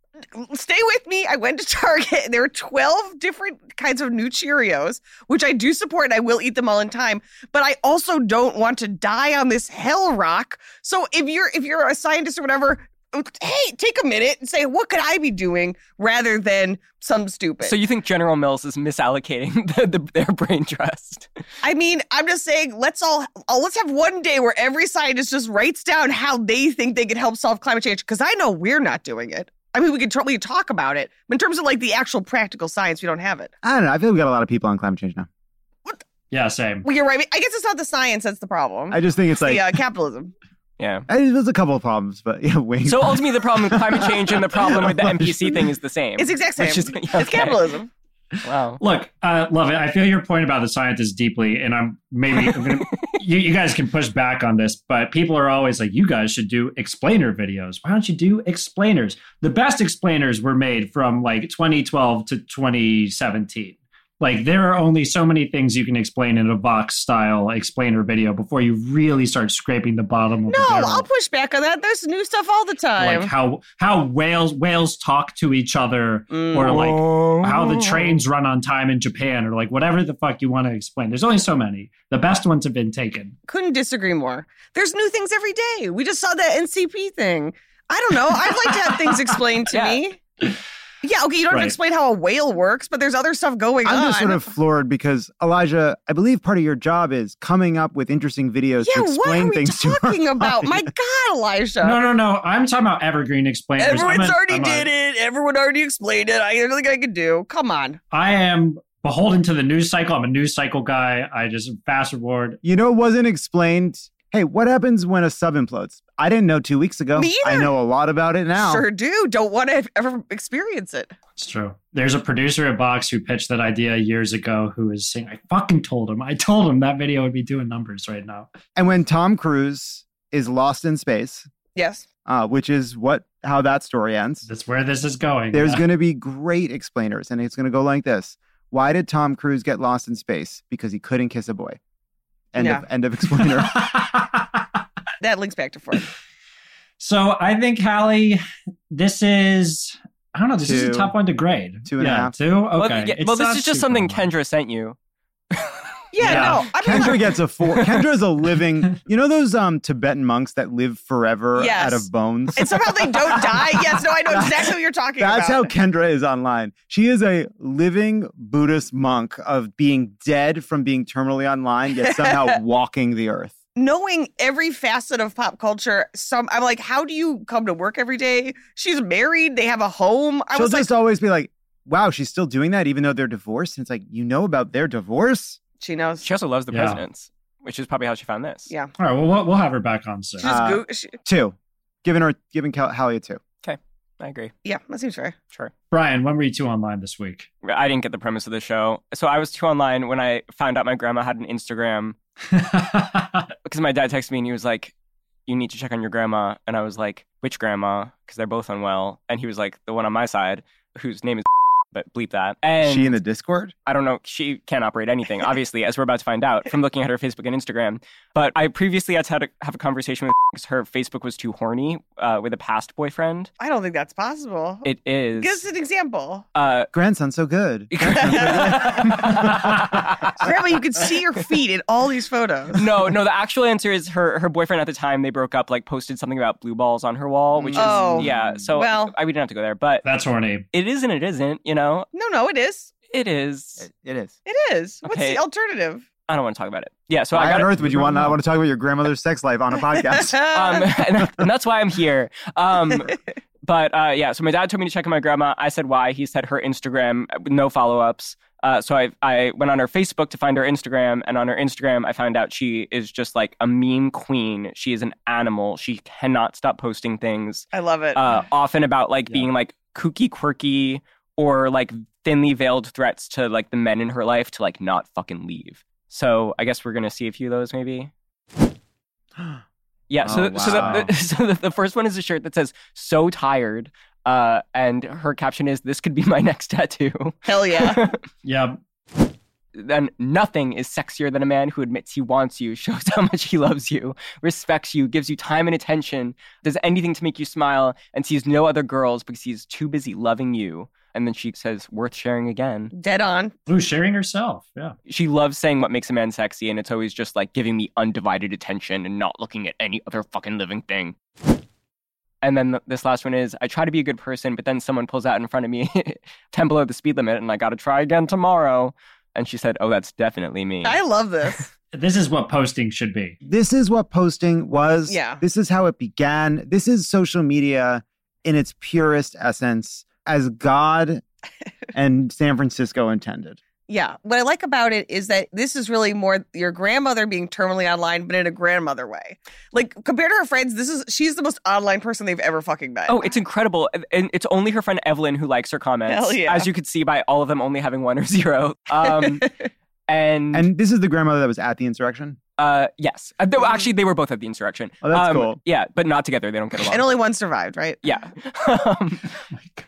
[SPEAKER 4] Stay with me. I went to Target. There are 12 different kinds of new Cheerios, which I do support and I will eat them all in time. But I also don't want to die on this hell rock. So if you're if you're a scientist or whatever, hey, take a minute and say, what could I be doing rather than some stupid.
[SPEAKER 2] So you think General Mills is misallocating the, the, their brain trust?
[SPEAKER 4] I mean, I'm just saying, let's all oh, let's have one day where every scientist just writes down how they think they can help solve climate change. Because I know we're not doing it. I mean, we could totally talk about it, but in terms of like the actual practical science, we don't have it.
[SPEAKER 3] I don't know. I feel we got a lot of people on climate change now.
[SPEAKER 5] Yeah, same.
[SPEAKER 4] Well, you're right. I guess it's not the science that's the problem.
[SPEAKER 3] I just think it's
[SPEAKER 4] It's
[SPEAKER 3] like
[SPEAKER 4] the, uh, capitalism.
[SPEAKER 2] Yeah.
[SPEAKER 3] I- there's a couple of problems, but yeah, wait.
[SPEAKER 4] oh
[SPEAKER 2] So ultimately, the problem with climate change and the problem with the NPC thing is the same.
[SPEAKER 4] It's the exact same.
[SPEAKER 2] Which is- yeah,
[SPEAKER 4] It's
[SPEAKER 2] okay.
[SPEAKER 4] capitalism.
[SPEAKER 2] Wow.
[SPEAKER 5] Look, uh, love it. I feel your point about the scientists deeply, and I'm maybe I'm gonna, you, you guys can push back on this, but people are always like, you guys should do explainer videos. Why don't you do explainers? The best explainers were made from like 2012 to 2017. Like there are only so many things you can explain in a box style explainer video before you really start scraping the bottom
[SPEAKER 4] No,
[SPEAKER 5] of the barrel.
[SPEAKER 4] I'll push back on that. There's new stuff all the time.
[SPEAKER 5] like how how whales whales talk to each other
[SPEAKER 4] Mm.
[SPEAKER 5] or like how the trains run on time in Japan or like whatever the fuck you want to explain. There's only so many. The best ones have been taken.
[SPEAKER 4] Couldn't disagree more. There's new things every day. We just saw that NCP thing. I don't know. I'd like to have things explained to
[SPEAKER 2] Yeah.
[SPEAKER 4] me. Yeah, okay, you don't have to
[SPEAKER 5] Right.
[SPEAKER 4] explain how a whale works, but there's other stuff going on.
[SPEAKER 3] I'm just sort of floored because Elijah, I believe part of your job is coming up with interesting videos to
[SPEAKER 4] yeah, what
[SPEAKER 3] explain
[SPEAKER 4] are we
[SPEAKER 3] things to our
[SPEAKER 4] talking about? My
[SPEAKER 3] audience.
[SPEAKER 4] God, Elijah.
[SPEAKER 5] No, no, no. I'm talking about evergreen explainers. I'm
[SPEAKER 4] Everyone's
[SPEAKER 5] a-
[SPEAKER 4] already
[SPEAKER 5] I'm a-
[SPEAKER 4] did it. Everyone already explained it. I don't think I could do. Come on.
[SPEAKER 5] I am beholden to the news cycle. I'm a news cycle guy. I just fast forward.
[SPEAKER 3] You know, it wasn't explained. Hey, what happens when a sub implodes? I didn't know two weeks ago.
[SPEAKER 4] Me
[SPEAKER 3] I
[SPEAKER 4] either.
[SPEAKER 3] know a lot about it now.
[SPEAKER 4] Sure do. Don't want to ever experience it.
[SPEAKER 5] It's true. There's a producer at Box who pitched that idea years ago who is saying, I fucking told him. I told him that video would be doing numbers right now.
[SPEAKER 3] And when Tom Cruise is lost in space,
[SPEAKER 4] Yes.
[SPEAKER 3] uh, which is what how that story ends,
[SPEAKER 5] That's where this is going.
[SPEAKER 3] there's
[SPEAKER 5] Yeah.
[SPEAKER 3] going to be great explainers, and it's going to go like this: Why did Tom Cruise get lost in space? Because he couldn't kiss a boy. End of end of explainer.
[SPEAKER 4] That links back to Freud.
[SPEAKER 5] So I think Hallie, this is I don't know. This is a
[SPEAKER 3] Two.
[SPEAKER 5] tough one to grade.
[SPEAKER 3] Two and a
[SPEAKER 5] yeah,
[SPEAKER 3] half.
[SPEAKER 5] Two. Okay.
[SPEAKER 2] Well, yeah,
[SPEAKER 5] It's
[SPEAKER 2] well,
[SPEAKER 5] not
[SPEAKER 2] this is just
[SPEAKER 5] super
[SPEAKER 2] something
[SPEAKER 5] high.
[SPEAKER 2] Kendra sent you.
[SPEAKER 4] Yeah,
[SPEAKER 5] Yeah.
[SPEAKER 4] no. I mean,
[SPEAKER 3] Kendra gets a four. Kendra's a living. You know those um Tibetan monks that live forever
[SPEAKER 4] Yes.
[SPEAKER 3] out of bones.
[SPEAKER 4] and somehow they don't die. Yes, no, I know exactly what you're talking
[SPEAKER 3] That's how
[SPEAKER 4] about.
[SPEAKER 3] Kendra is online. She is a living Buddhist monk of being dead from being terminally online, yet somehow walking the earth.
[SPEAKER 4] knowing every facet of pop culture, some I'm like, how do you come to work every day? She's married, they have a home. I
[SPEAKER 3] She'll
[SPEAKER 4] was like,
[SPEAKER 3] just always be like, "Wow, she's still doing that, even though they're divorced." And it's like, you know about their divorce?
[SPEAKER 4] she knows.
[SPEAKER 2] She also loves the
[SPEAKER 5] Yeah.
[SPEAKER 2] presidents, which is probably how she found this.
[SPEAKER 4] Yeah.
[SPEAKER 5] All right. Well, we'll, we'll have her back on soon.
[SPEAKER 4] She just
[SPEAKER 3] Uh,
[SPEAKER 4] Goog- she,
[SPEAKER 3] Two, giving her giving Cal- Hallie a two.
[SPEAKER 2] I agree.
[SPEAKER 4] Yeah, that seems fair.
[SPEAKER 2] Sure.
[SPEAKER 5] Brian, when were you two online this week?
[SPEAKER 2] I didn't get the premise of the show. So I was too online when I found out my grandma had an Instagram because my dad texted me and he was like, You need to check on your grandma. And I was like, Which grandma? Because they're both unwell. And he was like, The one on my side, whose name is but bleep that. And
[SPEAKER 3] she in the Discord?
[SPEAKER 2] I don't know. She can't operate anything, obviously, as we're about to find out from looking at her Facebook and Instagram. But I previously had to had a- have a conversation with because her Facebook was too horny uh, with a past boyfriend.
[SPEAKER 4] I don't think that's possible.
[SPEAKER 2] It is.
[SPEAKER 4] Give us an example.
[SPEAKER 2] uh,
[SPEAKER 3] Grandson, so good.
[SPEAKER 4] Grandma, you can see your feet in all these photos.
[SPEAKER 2] no, no. The actual answer is her her boyfriend at the time they broke up like posted something about blue balls on her wall, which is
[SPEAKER 4] Oh.
[SPEAKER 2] yeah. So
[SPEAKER 4] Well.
[SPEAKER 2] I, we didn't have to go there, but
[SPEAKER 5] That's horny.
[SPEAKER 2] it is and it isn't. You know,
[SPEAKER 4] No, no, it is.
[SPEAKER 2] it is.
[SPEAKER 3] It- it is.
[SPEAKER 4] It is. What's
[SPEAKER 2] Okay.
[SPEAKER 4] the alternative?
[SPEAKER 2] I don't want to talk about it. Yeah. So I
[SPEAKER 3] Why
[SPEAKER 2] got
[SPEAKER 3] on
[SPEAKER 2] it-
[SPEAKER 3] earth would you want not want to talk about your grandmother's sex life on a podcast?
[SPEAKER 2] um, and, and that's why I'm here. Um, but uh, yeah, so my dad told me to check on my grandma. I said why. He said her Instagram, uh, no follow ups. Uh, so I I went on her Facebook to find her Instagram, and on her Instagram, I found out she is just like a meme queen. She is an animal. She cannot stop posting things,
[SPEAKER 4] I love it.
[SPEAKER 2] uh, often about like
[SPEAKER 3] Yeah.
[SPEAKER 2] being like kooky, quirky, or like thinly veiled threats to like the men in her life to like not fucking leave. So I guess we're gonna see a few of those maybe. Yeah. So,
[SPEAKER 3] Oh,
[SPEAKER 2] so,
[SPEAKER 3] wow.
[SPEAKER 2] the, the, so the, the first one is a shirt that says "So tired," uh, and her caption is "This could be my next tattoo."
[SPEAKER 4] Hell yeah.
[SPEAKER 5] Yeah.
[SPEAKER 2] Then nothing is sexier than a man who admits he wants you, shows how much he loves you, respects you, gives you time and attention, does anything to make you smile, and sees no other girls because he's too busy loving you. And then she says, "Worth sharing again."
[SPEAKER 4] Dead on.
[SPEAKER 5] Who's sharing herself? Yeah.
[SPEAKER 2] She loves saying what makes a man sexy, and it's always just like giving me undivided attention and not looking at any other fucking living thing. And then th- this last one is I try to be a good person, but then someone pulls out in front of me 10 below the speed limit, and I gotta try again tomorrow. And she said, Oh, that's definitely me.
[SPEAKER 4] I love this.
[SPEAKER 5] This is what posting should be.
[SPEAKER 3] this is what posting was.
[SPEAKER 4] Yeah.
[SPEAKER 3] This is how it began. This is social media in its purest essence, as God and San Francisco intended.
[SPEAKER 4] Yeah. What I like about it is that this is really more your grandmother being terminally online, but in a grandmother way. Like compared to her friends, this is she's the most online person they've ever fucking met.
[SPEAKER 2] Oh, it's incredible. And- And it's only her friend Evelyn who likes her comments.
[SPEAKER 4] Hell yeah.
[SPEAKER 2] As you could see by all of them only having one or zero. Um, and
[SPEAKER 3] And this is the grandmother that was at the insurrection.
[SPEAKER 2] uh, yes. Uh, though actually, they were both at the insurrection.
[SPEAKER 3] Oh, that's
[SPEAKER 2] Um,
[SPEAKER 3] cool.
[SPEAKER 2] Yeah, but not together. They don't get along.
[SPEAKER 4] and only one survived, right?
[SPEAKER 2] Yeah. um,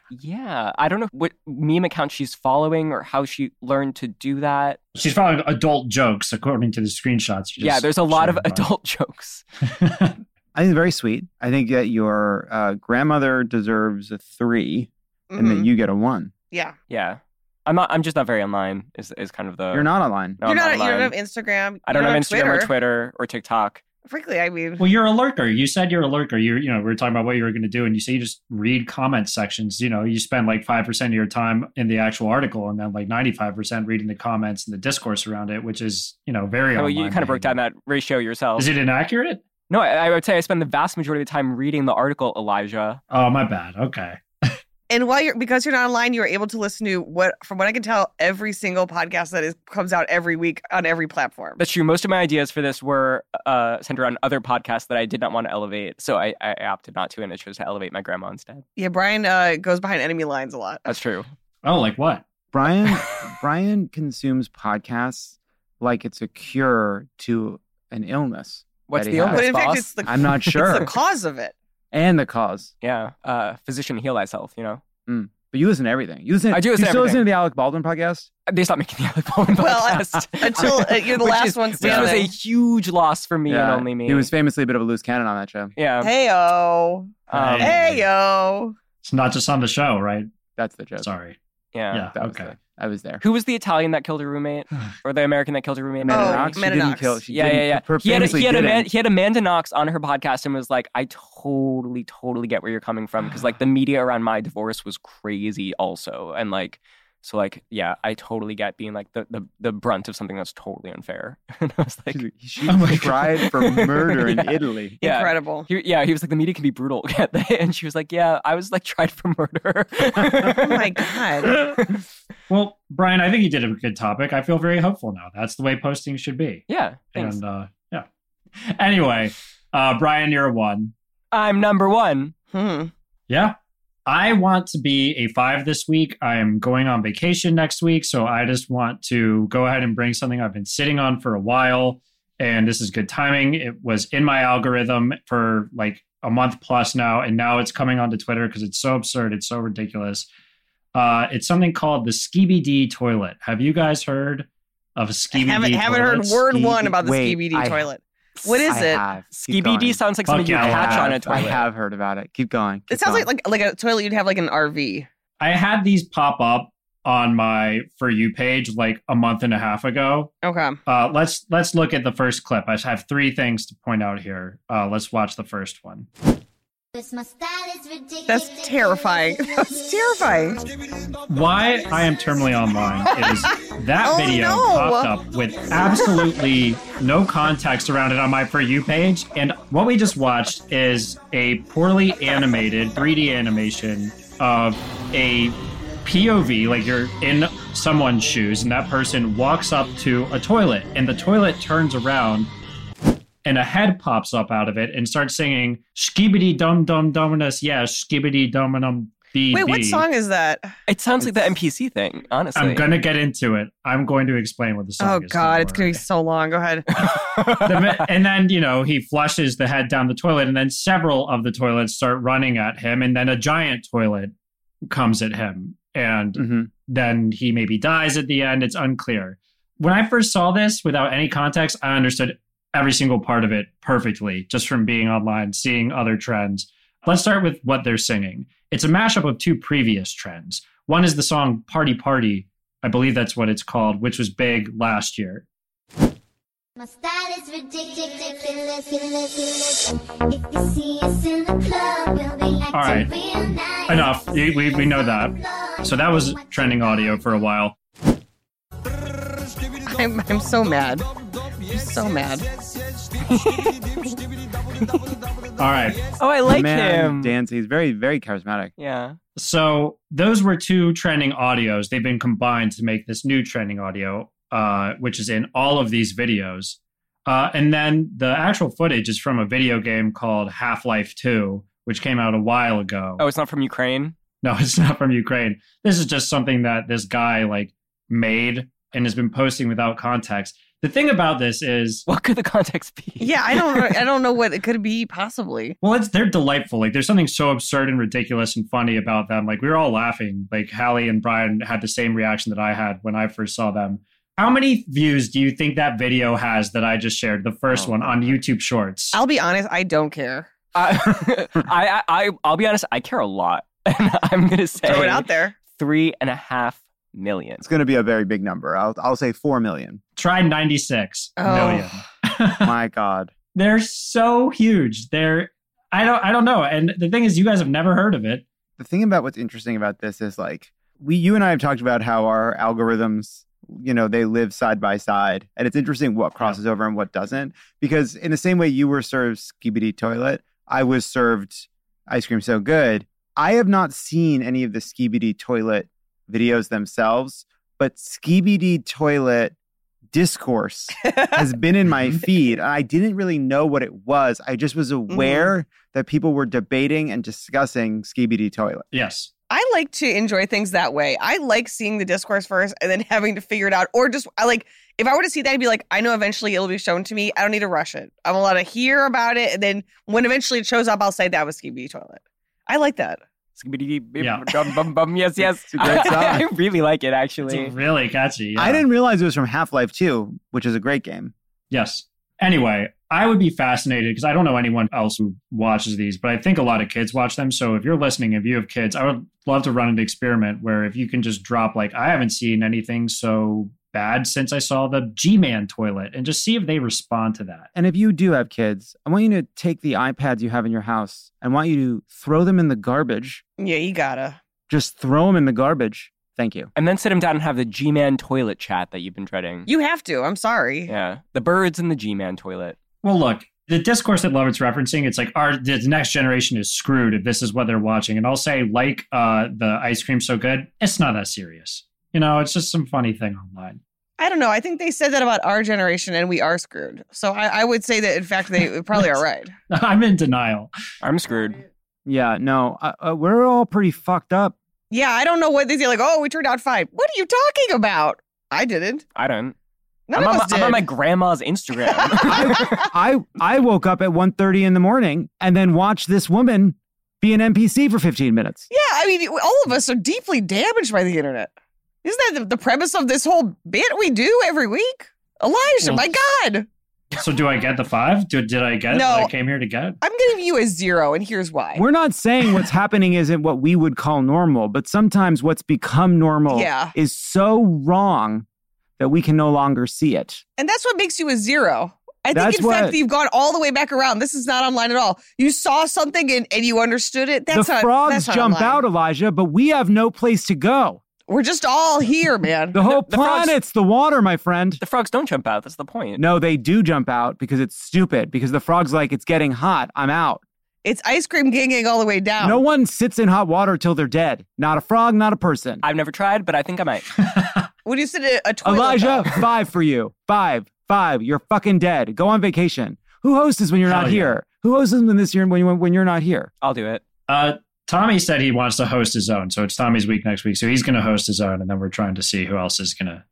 [SPEAKER 2] yeah. I don't know what meme account she's following or how she learned to do that.
[SPEAKER 5] She's following adult jokes according to the screenshots. you
[SPEAKER 2] yeah,
[SPEAKER 5] just
[SPEAKER 2] there's a lot of
[SPEAKER 5] shared, but-
[SPEAKER 2] adult jokes.
[SPEAKER 3] I think it's very sweet. I think that your uh, grandmother deserves a 3 and
[SPEAKER 4] Mhm.
[SPEAKER 3] that you get a one.
[SPEAKER 4] yeah.
[SPEAKER 2] Yeah. I'm not I'm just not very online is is kind of the
[SPEAKER 3] You're not online.
[SPEAKER 2] No,
[SPEAKER 4] You're
[SPEAKER 2] I'm
[SPEAKER 4] not, you
[SPEAKER 2] online.
[SPEAKER 4] don't have Instagram.
[SPEAKER 2] I don't
[SPEAKER 4] you
[SPEAKER 2] have Instagram or Twitter or TikTok.
[SPEAKER 4] Frankly, I mean
[SPEAKER 5] Well, you're a lurker. You said you're a lurker. You you know, we were talking about what you were going to do, and you say you just read comment sections. You know, you spend like five percent of your time in the actual article, and then like ninety five percent reading the comments and the discourse around it, which is you know very.
[SPEAKER 2] Well, Oh, you
[SPEAKER 5] online
[SPEAKER 2] kind of broke down
[SPEAKER 5] behavior.
[SPEAKER 2] that ratio yourself.
[SPEAKER 5] Is it inaccurate?
[SPEAKER 2] no, I, I would say I spend the vast majority of the time reading the article, Elijah.
[SPEAKER 5] Oh, my bad. Okay.
[SPEAKER 4] and while you're because you're not online, you're able to listen to what from what I can tell, every single podcast that is comes out every week on every platform.
[SPEAKER 2] That's true. Most of my ideas for this were uh, centered on other podcasts that I did not want to elevate, so I, I opted not to, and I chose to elevate my grandma instead.
[SPEAKER 4] yeah, Brian uh, goes behind enemy lines a lot.
[SPEAKER 2] That's true.
[SPEAKER 5] Oh, like what?
[SPEAKER 3] Brian Brian consumes podcasts like it's a cure to an illness.
[SPEAKER 2] What's
[SPEAKER 3] Betty
[SPEAKER 2] the
[SPEAKER 3] Hall.
[SPEAKER 4] but
[SPEAKER 2] illness,
[SPEAKER 4] in fact,
[SPEAKER 2] boss?
[SPEAKER 4] it's the
[SPEAKER 3] I'm not
[SPEAKER 4] it's
[SPEAKER 3] sure.
[SPEAKER 4] the cause of it.
[SPEAKER 3] and the cause.
[SPEAKER 2] yeah, uh, physician heal thyself. You know,
[SPEAKER 3] But you listen to everything. You listen.
[SPEAKER 2] I do listen
[SPEAKER 3] you
[SPEAKER 2] to
[SPEAKER 3] still listen
[SPEAKER 2] everything.
[SPEAKER 3] to the Alec Baldwin podcast.
[SPEAKER 2] they stopped making the Alec Baldwin
[SPEAKER 4] Well, uh,
[SPEAKER 2] podcast
[SPEAKER 4] Until uh, you're the
[SPEAKER 2] Which
[SPEAKER 4] last
[SPEAKER 2] is-
[SPEAKER 4] one
[SPEAKER 2] which was a
[SPEAKER 4] standing.
[SPEAKER 2] huge loss for me
[SPEAKER 3] Yeah,
[SPEAKER 2] and only me.
[SPEAKER 3] He was famously a bit of a loose cannon on that show.
[SPEAKER 2] yeah.
[SPEAKER 4] Hey oh.
[SPEAKER 2] um,
[SPEAKER 5] Hey.
[SPEAKER 4] Hey yo.
[SPEAKER 5] It's not just on the show, right?
[SPEAKER 3] That's the joke.
[SPEAKER 5] Sorry.
[SPEAKER 2] yeah.
[SPEAKER 5] Yeah.
[SPEAKER 3] That was
[SPEAKER 5] okay.
[SPEAKER 3] the- I was there.
[SPEAKER 2] Who was the Italian that killed her roommate, or the American that killed her roommate?
[SPEAKER 4] Amanda
[SPEAKER 3] Amanda
[SPEAKER 4] Oh,
[SPEAKER 3] Knox. She
[SPEAKER 4] Amanda
[SPEAKER 3] didn't
[SPEAKER 4] Knox.
[SPEAKER 3] kill. She
[SPEAKER 2] yeah,
[SPEAKER 3] didn't,
[SPEAKER 2] yeah, yeah.
[SPEAKER 3] per-
[SPEAKER 2] He had, a,
[SPEAKER 3] famously
[SPEAKER 2] he, had
[SPEAKER 3] didn't.
[SPEAKER 2] Amanda, he had Amanda Knox on her podcast and was like, "I totally, totally get where you're coming from," because like the media around my divorce was crazy, also, and like, so like, yeah, I totally get being like the the, the brunt of something that's totally unfair. and I was like,
[SPEAKER 3] She- She
[SPEAKER 5] Oh my God.
[SPEAKER 3] tried for murder in
[SPEAKER 2] Yeah.
[SPEAKER 3] Italy.
[SPEAKER 2] yeah,
[SPEAKER 4] Incredible.
[SPEAKER 2] He, yeah, he was like, the media can be brutal, can't they? And she was like, yeah, I was like tried for murder. oh
[SPEAKER 4] my God.
[SPEAKER 5] Well, Brian, I think you did a good topic. I feel very hopeful now. That's the way posting should be.
[SPEAKER 2] yeah, thanks.
[SPEAKER 5] And uh, yeah. Anyway, uh, Brian, you're a one.
[SPEAKER 2] I'm number one.
[SPEAKER 4] Hmm.
[SPEAKER 5] Yeah. I want to be a five this week. I'm going on vacation next week. So I just want to go ahead and bring something I've been sitting on for a while. And this is good timing. It was in my algorithm for like a month plus now. And now it's coming onto Twitter because it's so absurd. It's so ridiculous. Uh, it's something called the Skeeby D toilet. Have you guys heard of a Skeeby D?
[SPEAKER 4] haven't, haven't heard word one about the
[SPEAKER 3] Wait,
[SPEAKER 4] Skibidi
[SPEAKER 3] I-
[SPEAKER 4] toilet. What is
[SPEAKER 3] I
[SPEAKER 4] it?
[SPEAKER 3] have. Keep
[SPEAKER 2] Skibidi
[SPEAKER 3] going.
[SPEAKER 2] sounds like
[SPEAKER 5] Fuck
[SPEAKER 2] something you
[SPEAKER 5] yeah, I
[SPEAKER 2] catch
[SPEAKER 3] have.
[SPEAKER 2] on a
[SPEAKER 3] I
[SPEAKER 2] toilet.
[SPEAKER 3] have heard about it. Keep going.
[SPEAKER 4] It sounds like, like like a toilet you'd have like an RV.
[SPEAKER 5] I had these pop up on my for you page like a month and a half ago.
[SPEAKER 4] Okay.
[SPEAKER 5] Uh, let's let's look at the first clip. I have three things to point out here. Uh, let's watch the first one.
[SPEAKER 4] That's terrifying. That's terrifying.
[SPEAKER 5] Why I am terminally online is that
[SPEAKER 4] Oh,
[SPEAKER 5] video
[SPEAKER 4] no.
[SPEAKER 5] popped up with absolutely no context around it on my for you page, and what we just watched is a poorly animated 3D animation of a POV, like you're in someone's shoes, and that person walks up to a toilet, and the toilet turns around. And a head pops up out of it and starts singing "Skibidi dum dum dominus, yes, skibidi dominum b."
[SPEAKER 4] Wait, what song is that?
[SPEAKER 2] It sounds like the NPC thing, honestly.
[SPEAKER 5] I'm gonna get into it. I'm going to explain what the song
[SPEAKER 4] Oh
[SPEAKER 5] is.
[SPEAKER 4] God,
[SPEAKER 5] don't
[SPEAKER 4] it's gonna be
[SPEAKER 5] worry.
[SPEAKER 4] so long. Go ahead.
[SPEAKER 5] The mi- and then you know he flushes the head down the toilet, and then several of the toilets start running at him, and then a giant toilet comes at him, and
[SPEAKER 3] hmm
[SPEAKER 5] then he maybe dies at the end. It's unclear. When I first saw this without any context, I understood every single part of it perfectly just from being online, seeing other trends. Let's start with what they're singing. It's a mashup of two previous trends. One is the song Party Party, I believe that's what it's called, which was big last year.
[SPEAKER 9] My style is ridiculous, ridiculous, ridiculous. If you see us in the club, we'll be acting
[SPEAKER 5] All right.
[SPEAKER 9] real nice.
[SPEAKER 5] Enough. We, we, we know that. So that was trending audio for a while.
[SPEAKER 4] I'm I'm so mad. I'm so mad.
[SPEAKER 5] All right.
[SPEAKER 2] oh, I like
[SPEAKER 3] man,
[SPEAKER 2] him.
[SPEAKER 3] Dancy. He's very, very charismatic.
[SPEAKER 2] Yeah.
[SPEAKER 5] So those were two trending audios. They've been combined to make this new trending audio, uh, which is in all of these videos. Uh, and then the actual footage is from a video game called Half Life 2, which came out a while ago.
[SPEAKER 2] Oh, it's not from Ukraine.
[SPEAKER 5] No, it's not from Ukraine. This is just something that this guy like made and has been posting without context. The thing about this is
[SPEAKER 2] What could the context be?
[SPEAKER 4] Yeah, I don't know- I don't know what it could be possibly.
[SPEAKER 5] Well, it's they're delightful. Like there's something so absurd and ridiculous and funny about them. Like we were all laughing. Like Hallie and Brian had the same reaction that I had when I first saw them. How many views do you think that video has that I just shared, the first
[SPEAKER 3] Oh,
[SPEAKER 5] one on YouTube Shorts?
[SPEAKER 4] I'll be honest, I don't care.
[SPEAKER 2] I, I, I, I'll be honest. I care a lot, and I'm gonna say
[SPEAKER 4] Throw it out there.
[SPEAKER 2] three and a half million.
[SPEAKER 3] It's going to be a very big number. I'll, I'll say four million.
[SPEAKER 5] Try 96
[SPEAKER 4] Oh.
[SPEAKER 5] million.
[SPEAKER 3] My God.
[SPEAKER 5] they're so huge. They're I don't I don't know. And the thing is you guys have never heard of it.
[SPEAKER 3] the thing about what's interesting about this is like we you and I have talked about how our algorithms you know they live side by side and it's interesting what crosses over and what doesn't because in the same way you were served skibidi toilet I was served ice cream so good I have not seen any of the skibidi toilet videos themselves but skibidi toilet discourse has been in my feed and I didn't really know what it was I just was aware that people were debating and discussing skibidi toilet
[SPEAKER 5] Yes.
[SPEAKER 4] I like to enjoy things that way. I like seeing the discourse first and then having to figure it out. Or just I like if I were to see that, I'd be like, I know eventually it'll be shown to me. I don't need to rush it. I'm allowed to hear about it, and then when eventually it shows up, I'll say that was Skibidi Toilet. I like that.
[SPEAKER 5] Yeah.
[SPEAKER 2] Bum, bum, bum, yes, yes.
[SPEAKER 3] It's a great song.
[SPEAKER 2] I, really like it,
[SPEAKER 5] It's
[SPEAKER 2] actually.
[SPEAKER 5] really catchy.
[SPEAKER 3] I
[SPEAKER 5] yeah.
[SPEAKER 3] didn't realize it was from Half Life 2, which is a great game.
[SPEAKER 5] Yes. Anyway, I would be fascinated because I don't know anyone else who watches these, but I think a lot of kids watch them. So if you're listening, if you have kids, I would love to run an experiment where if you can just drop, like, I haven't seen anything so bad since I saw the G Man toilet and just see if they respond to that.
[SPEAKER 3] And if you do have kids, I want you to take the iPads you have in your house and want you to throw them in the garbage.
[SPEAKER 4] Yeah, you gotta.
[SPEAKER 3] Just throw them in the garbage. Thank you.
[SPEAKER 2] and then sit him down and have the G-Man toilet chat that you've been dreading.
[SPEAKER 4] You have to. I'm sorry.
[SPEAKER 2] yeah, the birds in the G-Man toilet.
[SPEAKER 5] Well, look, the discourse that Lovett's referencing, it's like our the next generation is screwed if this is what they're watching. And I'll say, like uh, the ice cream so good, it's not that serious. You know, it's just some funny thing online.
[SPEAKER 4] I don't know. I think they said that about our generation, and we are screwed. So I, I would say that in fact they probably are right.
[SPEAKER 5] I'm in denial.
[SPEAKER 2] I'm screwed.
[SPEAKER 3] Yeah, no, uh, uh, we're all pretty fucked up.
[SPEAKER 4] Yeah, I don't know what they say. Like, oh, we turned out fine. What are you talking about? I didn't.
[SPEAKER 2] I don't.
[SPEAKER 4] None
[SPEAKER 2] I'm,
[SPEAKER 4] of
[SPEAKER 2] on
[SPEAKER 4] us
[SPEAKER 2] my, I'm on
[SPEAKER 4] did.
[SPEAKER 2] my grandma's Instagram.
[SPEAKER 3] I I woke up at 1.30 in the morning and then watched this woman be an NPC for 15 minutes.
[SPEAKER 4] Yeah, I mean, all of us are deeply damaged by the internet. Isn't that the, the premise of this whole bit we do every week? Elijah,
[SPEAKER 5] Well,
[SPEAKER 4] my God.
[SPEAKER 5] So do I get the five? Did, did I get
[SPEAKER 4] No.
[SPEAKER 5] what I came here to get?
[SPEAKER 4] I'm giving you a zero, and here's why.
[SPEAKER 3] We're not saying what's happening isn't what we would call normal, but sometimes what's become normal
[SPEAKER 4] Yeah.
[SPEAKER 3] is so wrong that we can no longer see it.
[SPEAKER 4] And that's what makes you a zero. I think,
[SPEAKER 3] That's
[SPEAKER 4] in fact,
[SPEAKER 3] what-
[SPEAKER 4] you've gone all the way back around. This is not online at all. You saw something and, and you understood it. That's
[SPEAKER 3] the
[SPEAKER 4] not,
[SPEAKER 3] frogs
[SPEAKER 4] that's not
[SPEAKER 3] jump
[SPEAKER 4] online.
[SPEAKER 3] out, Elijah, but we have no place to go.
[SPEAKER 4] We're just all here, man.
[SPEAKER 3] The whole
[SPEAKER 2] the frogs-
[SPEAKER 3] planet's the water, my friend.
[SPEAKER 2] the frogs don't jump out. That's the point.
[SPEAKER 3] No, they do jump out because it's stupid, because the frog's like, it's getting hot. I'm out.
[SPEAKER 4] It's ice cream ganging all the way down.
[SPEAKER 3] No one sits in hot water till they're dead. Not a frog, not a person.
[SPEAKER 2] I've never tried, but I think I might.
[SPEAKER 4] When you sit in a toilet,
[SPEAKER 3] Elijah, five for you. Five, five. You're fucking dead. Go on vacation. Who hosts when you're
[SPEAKER 5] Hell
[SPEAKER 3] not
[SPEAKER 5] yeah.
[SPEAKER 3] here? Who hosts when this year when you when you're not here?
[SPEAKER 2] I'll do it.
[SPEAKER 5] Uh, Tommy said he wants to host his own, so it's Tommy's week next week. So he's going to host his own, and then we're trying to see who else is going to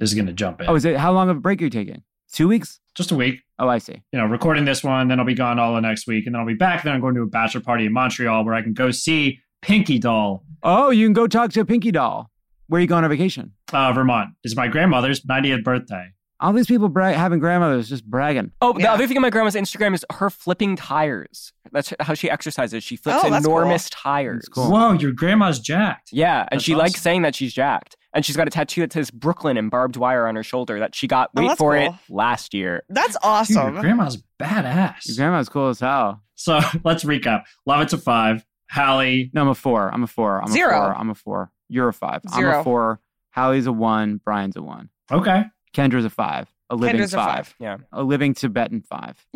[SPEAKER 5] is going to jump in.
[SPEAKER 3] Oh, is it how long of a break are you taking? Two weeks?
[SPEAKER 5] Just a week,
[SPEAKER 3] Oh, I see.
[SPEAKER 5] you know, recording this one, then I'll be gone all of next week, and then I'll be back. Then I'm going to a bachelor party in Montreal where I can go see Pinky Doll.
[SPEAKER 3] Oh, you can go talk to Pinky Doll. Where are you going on vacation?
[SPEAKER 5] Uh, Vermont It's my grandmother's 90th birthday.
[SPEAKER 3] All these people bra- having grandmothers just bragging.
[SPEAKER 2] Oh, the
[SPEAKER 4] Yeah.
[SPEAKER 2] other thing on my grandma's Instagram is her flipping tires. That's how she exercises. She flips
[SPEAKER 4] Oh, that's
[SPEAKER 2] enormous tires.
[SPEAKER 3] That's cool.
[SPEAKER 5] Whoa, your grandma's jacked.
[SPEAKER 2] Yeah, and
[SPEAKER 5] That's
[SPEAKER 2] she likes
[SPEAKER 5] awesome.
[SPEAKER 2] saying that she's jacked. And she's got a tattoo that says Brooklyn and barbed wire on her shoulder that she got,
[SPEAKER 4] Oh,
[SPEAKER 2] wait
[SPEAKER 4] that's
[SPEAKER 2] for it,
[SPEAKER 4] cool.
[SPEAKER 2] last year.
[SPEAKER 4] that's
[SPEAKER 5] Dude,
[SPEAKER 4] awesome.
[SPEAKER 5] your grandma's badass.
[SPEAKER 3] Your grandma's cool as hell.
[SPEAKER 5] So let's recap. Love it to five. Hallie,
[SPEAKER 3] No, I'm a four. I'm a four. I'm
[SPEAKER 4] Zero.
[SPEAKER 3] a four. I'm a four. You're a five. I'm
[SPEAKER 4] Zero.
[SPEAKER 3] a four. Hallie's a one. Brian's a one.
[SPEAKER 5] okay,
[SPEAKER 3] Kendra's a five. A living
[SPEAKER 4] Kendra's a
[SPEAKER 3] five.
[SPEAKER 4] five.
[SPEAKER 2] Yeah.
[SPEAKER 3] A living Tibetan five.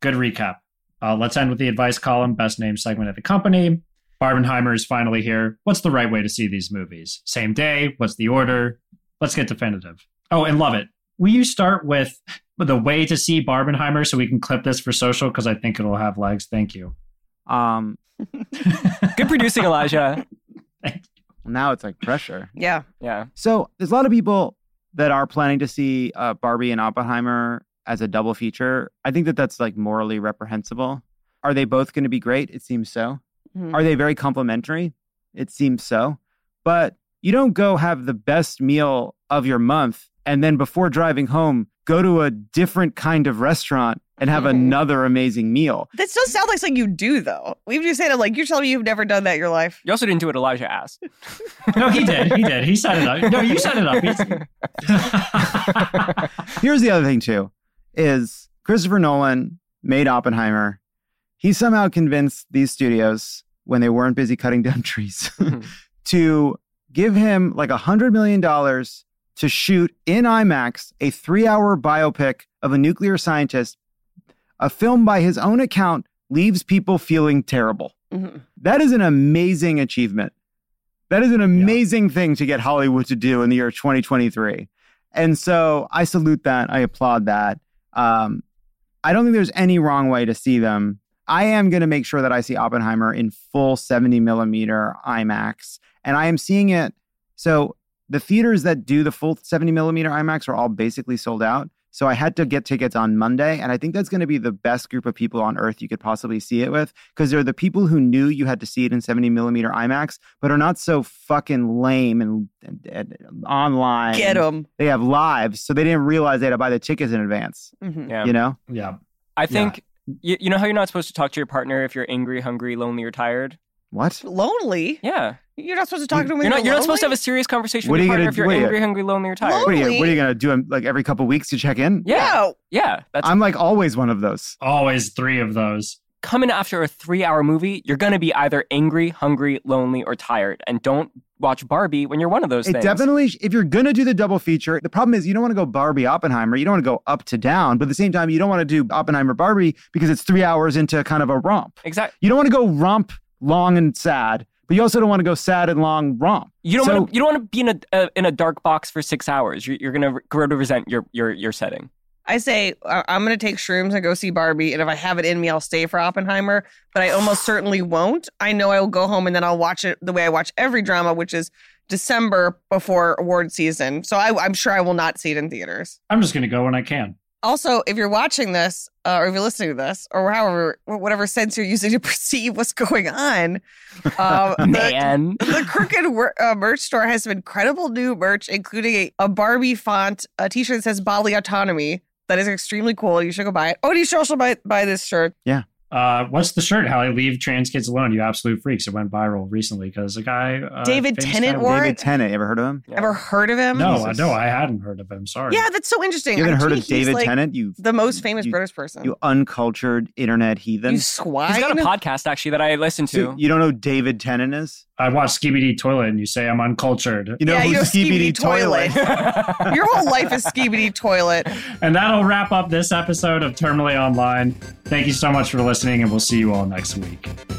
[SPEAKER 5] good recap. Uh, let's end with the advice column, best name segment of the company. Barbenheimer is finally here. What's the right way to see these movies? Same day. What's the order? Let's get definitive. Oh, and love it. Will you start with the way to see Barbenheimer so we can clip this for social? Because I think it'll have legs. Thank you.
[SPEAKER 3] Um,
[SPEAKER 2] Good producing, Elijah.
[SPEAKER 3] now it's like pressure.
[SPEAKER 4] yeah.
[SPEAKER 2] Yeah.
[SPEAKER 3] So there's a lot of people that are planning to see uh, Barbie and Oppenheimer as a double feature. I think that that's like morally reprehensible. Are they both going to be great? It seems so.
[SPEAKER 4] Mhm.
[SPEAKER 3] Are they very complimentary? It seems so. But you don't go have the best meal of your month and then before driving home, go to a different kind of restaurant and have
[SPEAKER 4] Mhm.
[SPEAKER 3] another amazing meal.
[SPEAKER 4] That does sound like something you do, though. We've just said it like you're telling me you've never done that in your life.
[SPEAKER 2] You also didn't do what Elijah asked.
[SPEAKER 5] No, he did. He did. He set it up. No, you set it up. He's-
[SPEAKER 3] Here's the other thing too is Christopher Nolan made Oppenheimer. He somehow convinced these studios when they weren't busy cutting down trees
[SPEAKER 2] Mhm.
[SPEAKER 3] to give him like a hundred million dollars to shoot in IMAX a three-hour biopic of a nuclear scientist. A film by his own account leaves people feeling terrible.
[SPEAKER 4] Mhm.
[SPEAKER 3] That is an amazing achievement. That is an amazing thing to get Hollywood to do in the year 2023. And so I salute that. I applaud that. Um, I don't think there's any wrong way to see them. I am going to make sure that I see Oppenheimer in full 70 millimeter IMAX. And I am seeing it. So the theaters that do the full 70 millimeter IMAX are all basically sold out. So I had to get tickets on Monday. And I think that's going to be the best group of people on earth you could possibly see it with because they're the people who knew you had to see it in 70 millimeter IMAX, but are not so fucking lame and, and, and online.
[SPEAKER 4] Get them.
[SPEAKER 3] They have lives. So they didn't realize they had to buy the tickets in advance,
[SPEAKER 2] Yeah.
[SPEAKER 4] Mm-hmm.
[SPEAKER 3] you know?
[SPEAKER 5] yeah.
[SPEAKER 2] I think, you, you know how you're not supposed to talk to your partner if you're angry, hungry, lonely, or tired?
[SPEAKER 3] What?
[SPEAKER 4] Lonely.
[SPEAKER 2] Yeah.
[SPEAKER 4] You're not supposed to talk to him. when
[SPEAKER 2] You're not, you're not
[SPEAKER 4] lonely?
[SPEAKER 2] supposed to have a serious conversation
[SPEAKER 3] What
[SPEAKER 2] with
[SPEAKER 3] are
[SPEAKER 2] your partner
[SPEAKER 3] you gonna
[SPEAKER 2] if you're
[SPEAKER 3] do? Wait.
[SPEAKER 2] angry, hungry, lonely, or tired.
[SPEAKER 4] Lonely?
[SPEAKER 3] What are you, what are you going to do? um, Like every couple weeks you check in?
[SPEAKER 2] Yeah.
[SPEAKER 4] No.
[SPEAKER 2] Yeah. That's
[SPEAKER 3] I'm like always one of those.
[SPEAKER 5] Always three of those.
[SPEAKER 2] coming after a three hour movie, you're going to be either angry, hungry, lonely, or tired. And don't watch Barbie when you're one of those
[SPEAKER 3] It
[SPEAKER 2] things.
[SPEAKER 3] definitely, if you're going to do the double feature, the problem is you don't want to go Barbie Oppenheimer. You don't want to go up to down, but at the same time, you don't want to do Oppenheimer Barbie because it's three hours into kind of a romp.
[SPEAKER 2] Exactly.
[SPEAKER 3] You don't want to go romp long and sad, but you also don't want to go sad and long romp.
[SPEAKER 2] You don't
[SPEAKER 3] So-
[SPEAKER 2] want to. You don't want to be in a uh, in a dark box for six hours. You're, you're going to grow to resent your your your setting.
[SPEAKER 4] I say I- I'm going to take shrooms and go see Barbie, and if I have it in me, I'll stay for Oppenheimer. But I almost certainly won't. I know I will go home and then I'll watch it the way I watch every drama, which is December before award season. So I, I'm sure I will not see it in theaters.
[SPEAKER 5] I'm just going to go when I can.
[SPEAKER 4] Also, if you're watching this, uh, or if you're listening to this, or however, whatever sense you're using to perceive what's going on, uh, the,
[SPEAKER 2] Man.
[SPEAKER 4] the Crooked wor- uh, merch store has some incredible new merch, including a, a Barbie font, a t shirt that says Bali Autonomy. That is extremely cool. You should go buy it. Oh, and you should also buy, buy this shirt.
[SPEAKER 5] Uh, what's the shirt? How I leave trans kids alone? You absolute freaks! It went viral recently because a guy, uh,
[SPEAKER 4] David
[SPEAKER 5] famous
[SPEAKER 4] Tennant
[SPEAKER 5] guy-
[SPEAKER 4] wore
[SPEAKER 3] David Tennant. You ever heard of him?
[SPEAKER 2] Yeah.
[SPEAKER 4] Ever heard of him?
[SPEAKER 5] No, I-
[SPEAKER 3] Jesus.
[SPEAKER 5] no, I hadn't heard of him. Sorry.
[SPEAKER 4] Yeah, that's so interesting.
[SPEAKER 3] You haven't
[SPEAKER 4] I
[SPEAKER 3] heard
[SPEAKER 4] think
[SPEAKER 3] of
[SPEAKER 4] he's,
[SPEAKER 3] David
[SPEAKER 4] like,
[SPEAKER 3] Tennant? You
[SPEAKER 4] The most famous
[SPEAKER 3] you-
[SPEAKER 4] British person.
[SPEAKER 3] you uncultured internet heathen.
[SPEAKER 4] you
[SPEAKER 2] He's
[SPEAKER 4] swine.
[SPEAKER 2] got a podcast actually that I listen
[SPEAKER 3] So
[SPEAKER 2] to.
[SPEAKER 3] you don't know who David Tennant is?
[SPEAKER 5] I watched Skibidi Dee Toilet, and you say I'm uncultured,
[SPEAKER 3] You know
[SPEAKER 4] Yeah,
[SPEAKER 3] who
[SPEAKER 4] you know
[SPEAKER 3] Skibidi
[SPEAKER 4] Skibidi Toilet. Your whole life is skibidi toilet.
[SPEAKER 5] and that'll wrap up this episode of Terminally Online. Thank you so much for listening, and we'll see you all next week.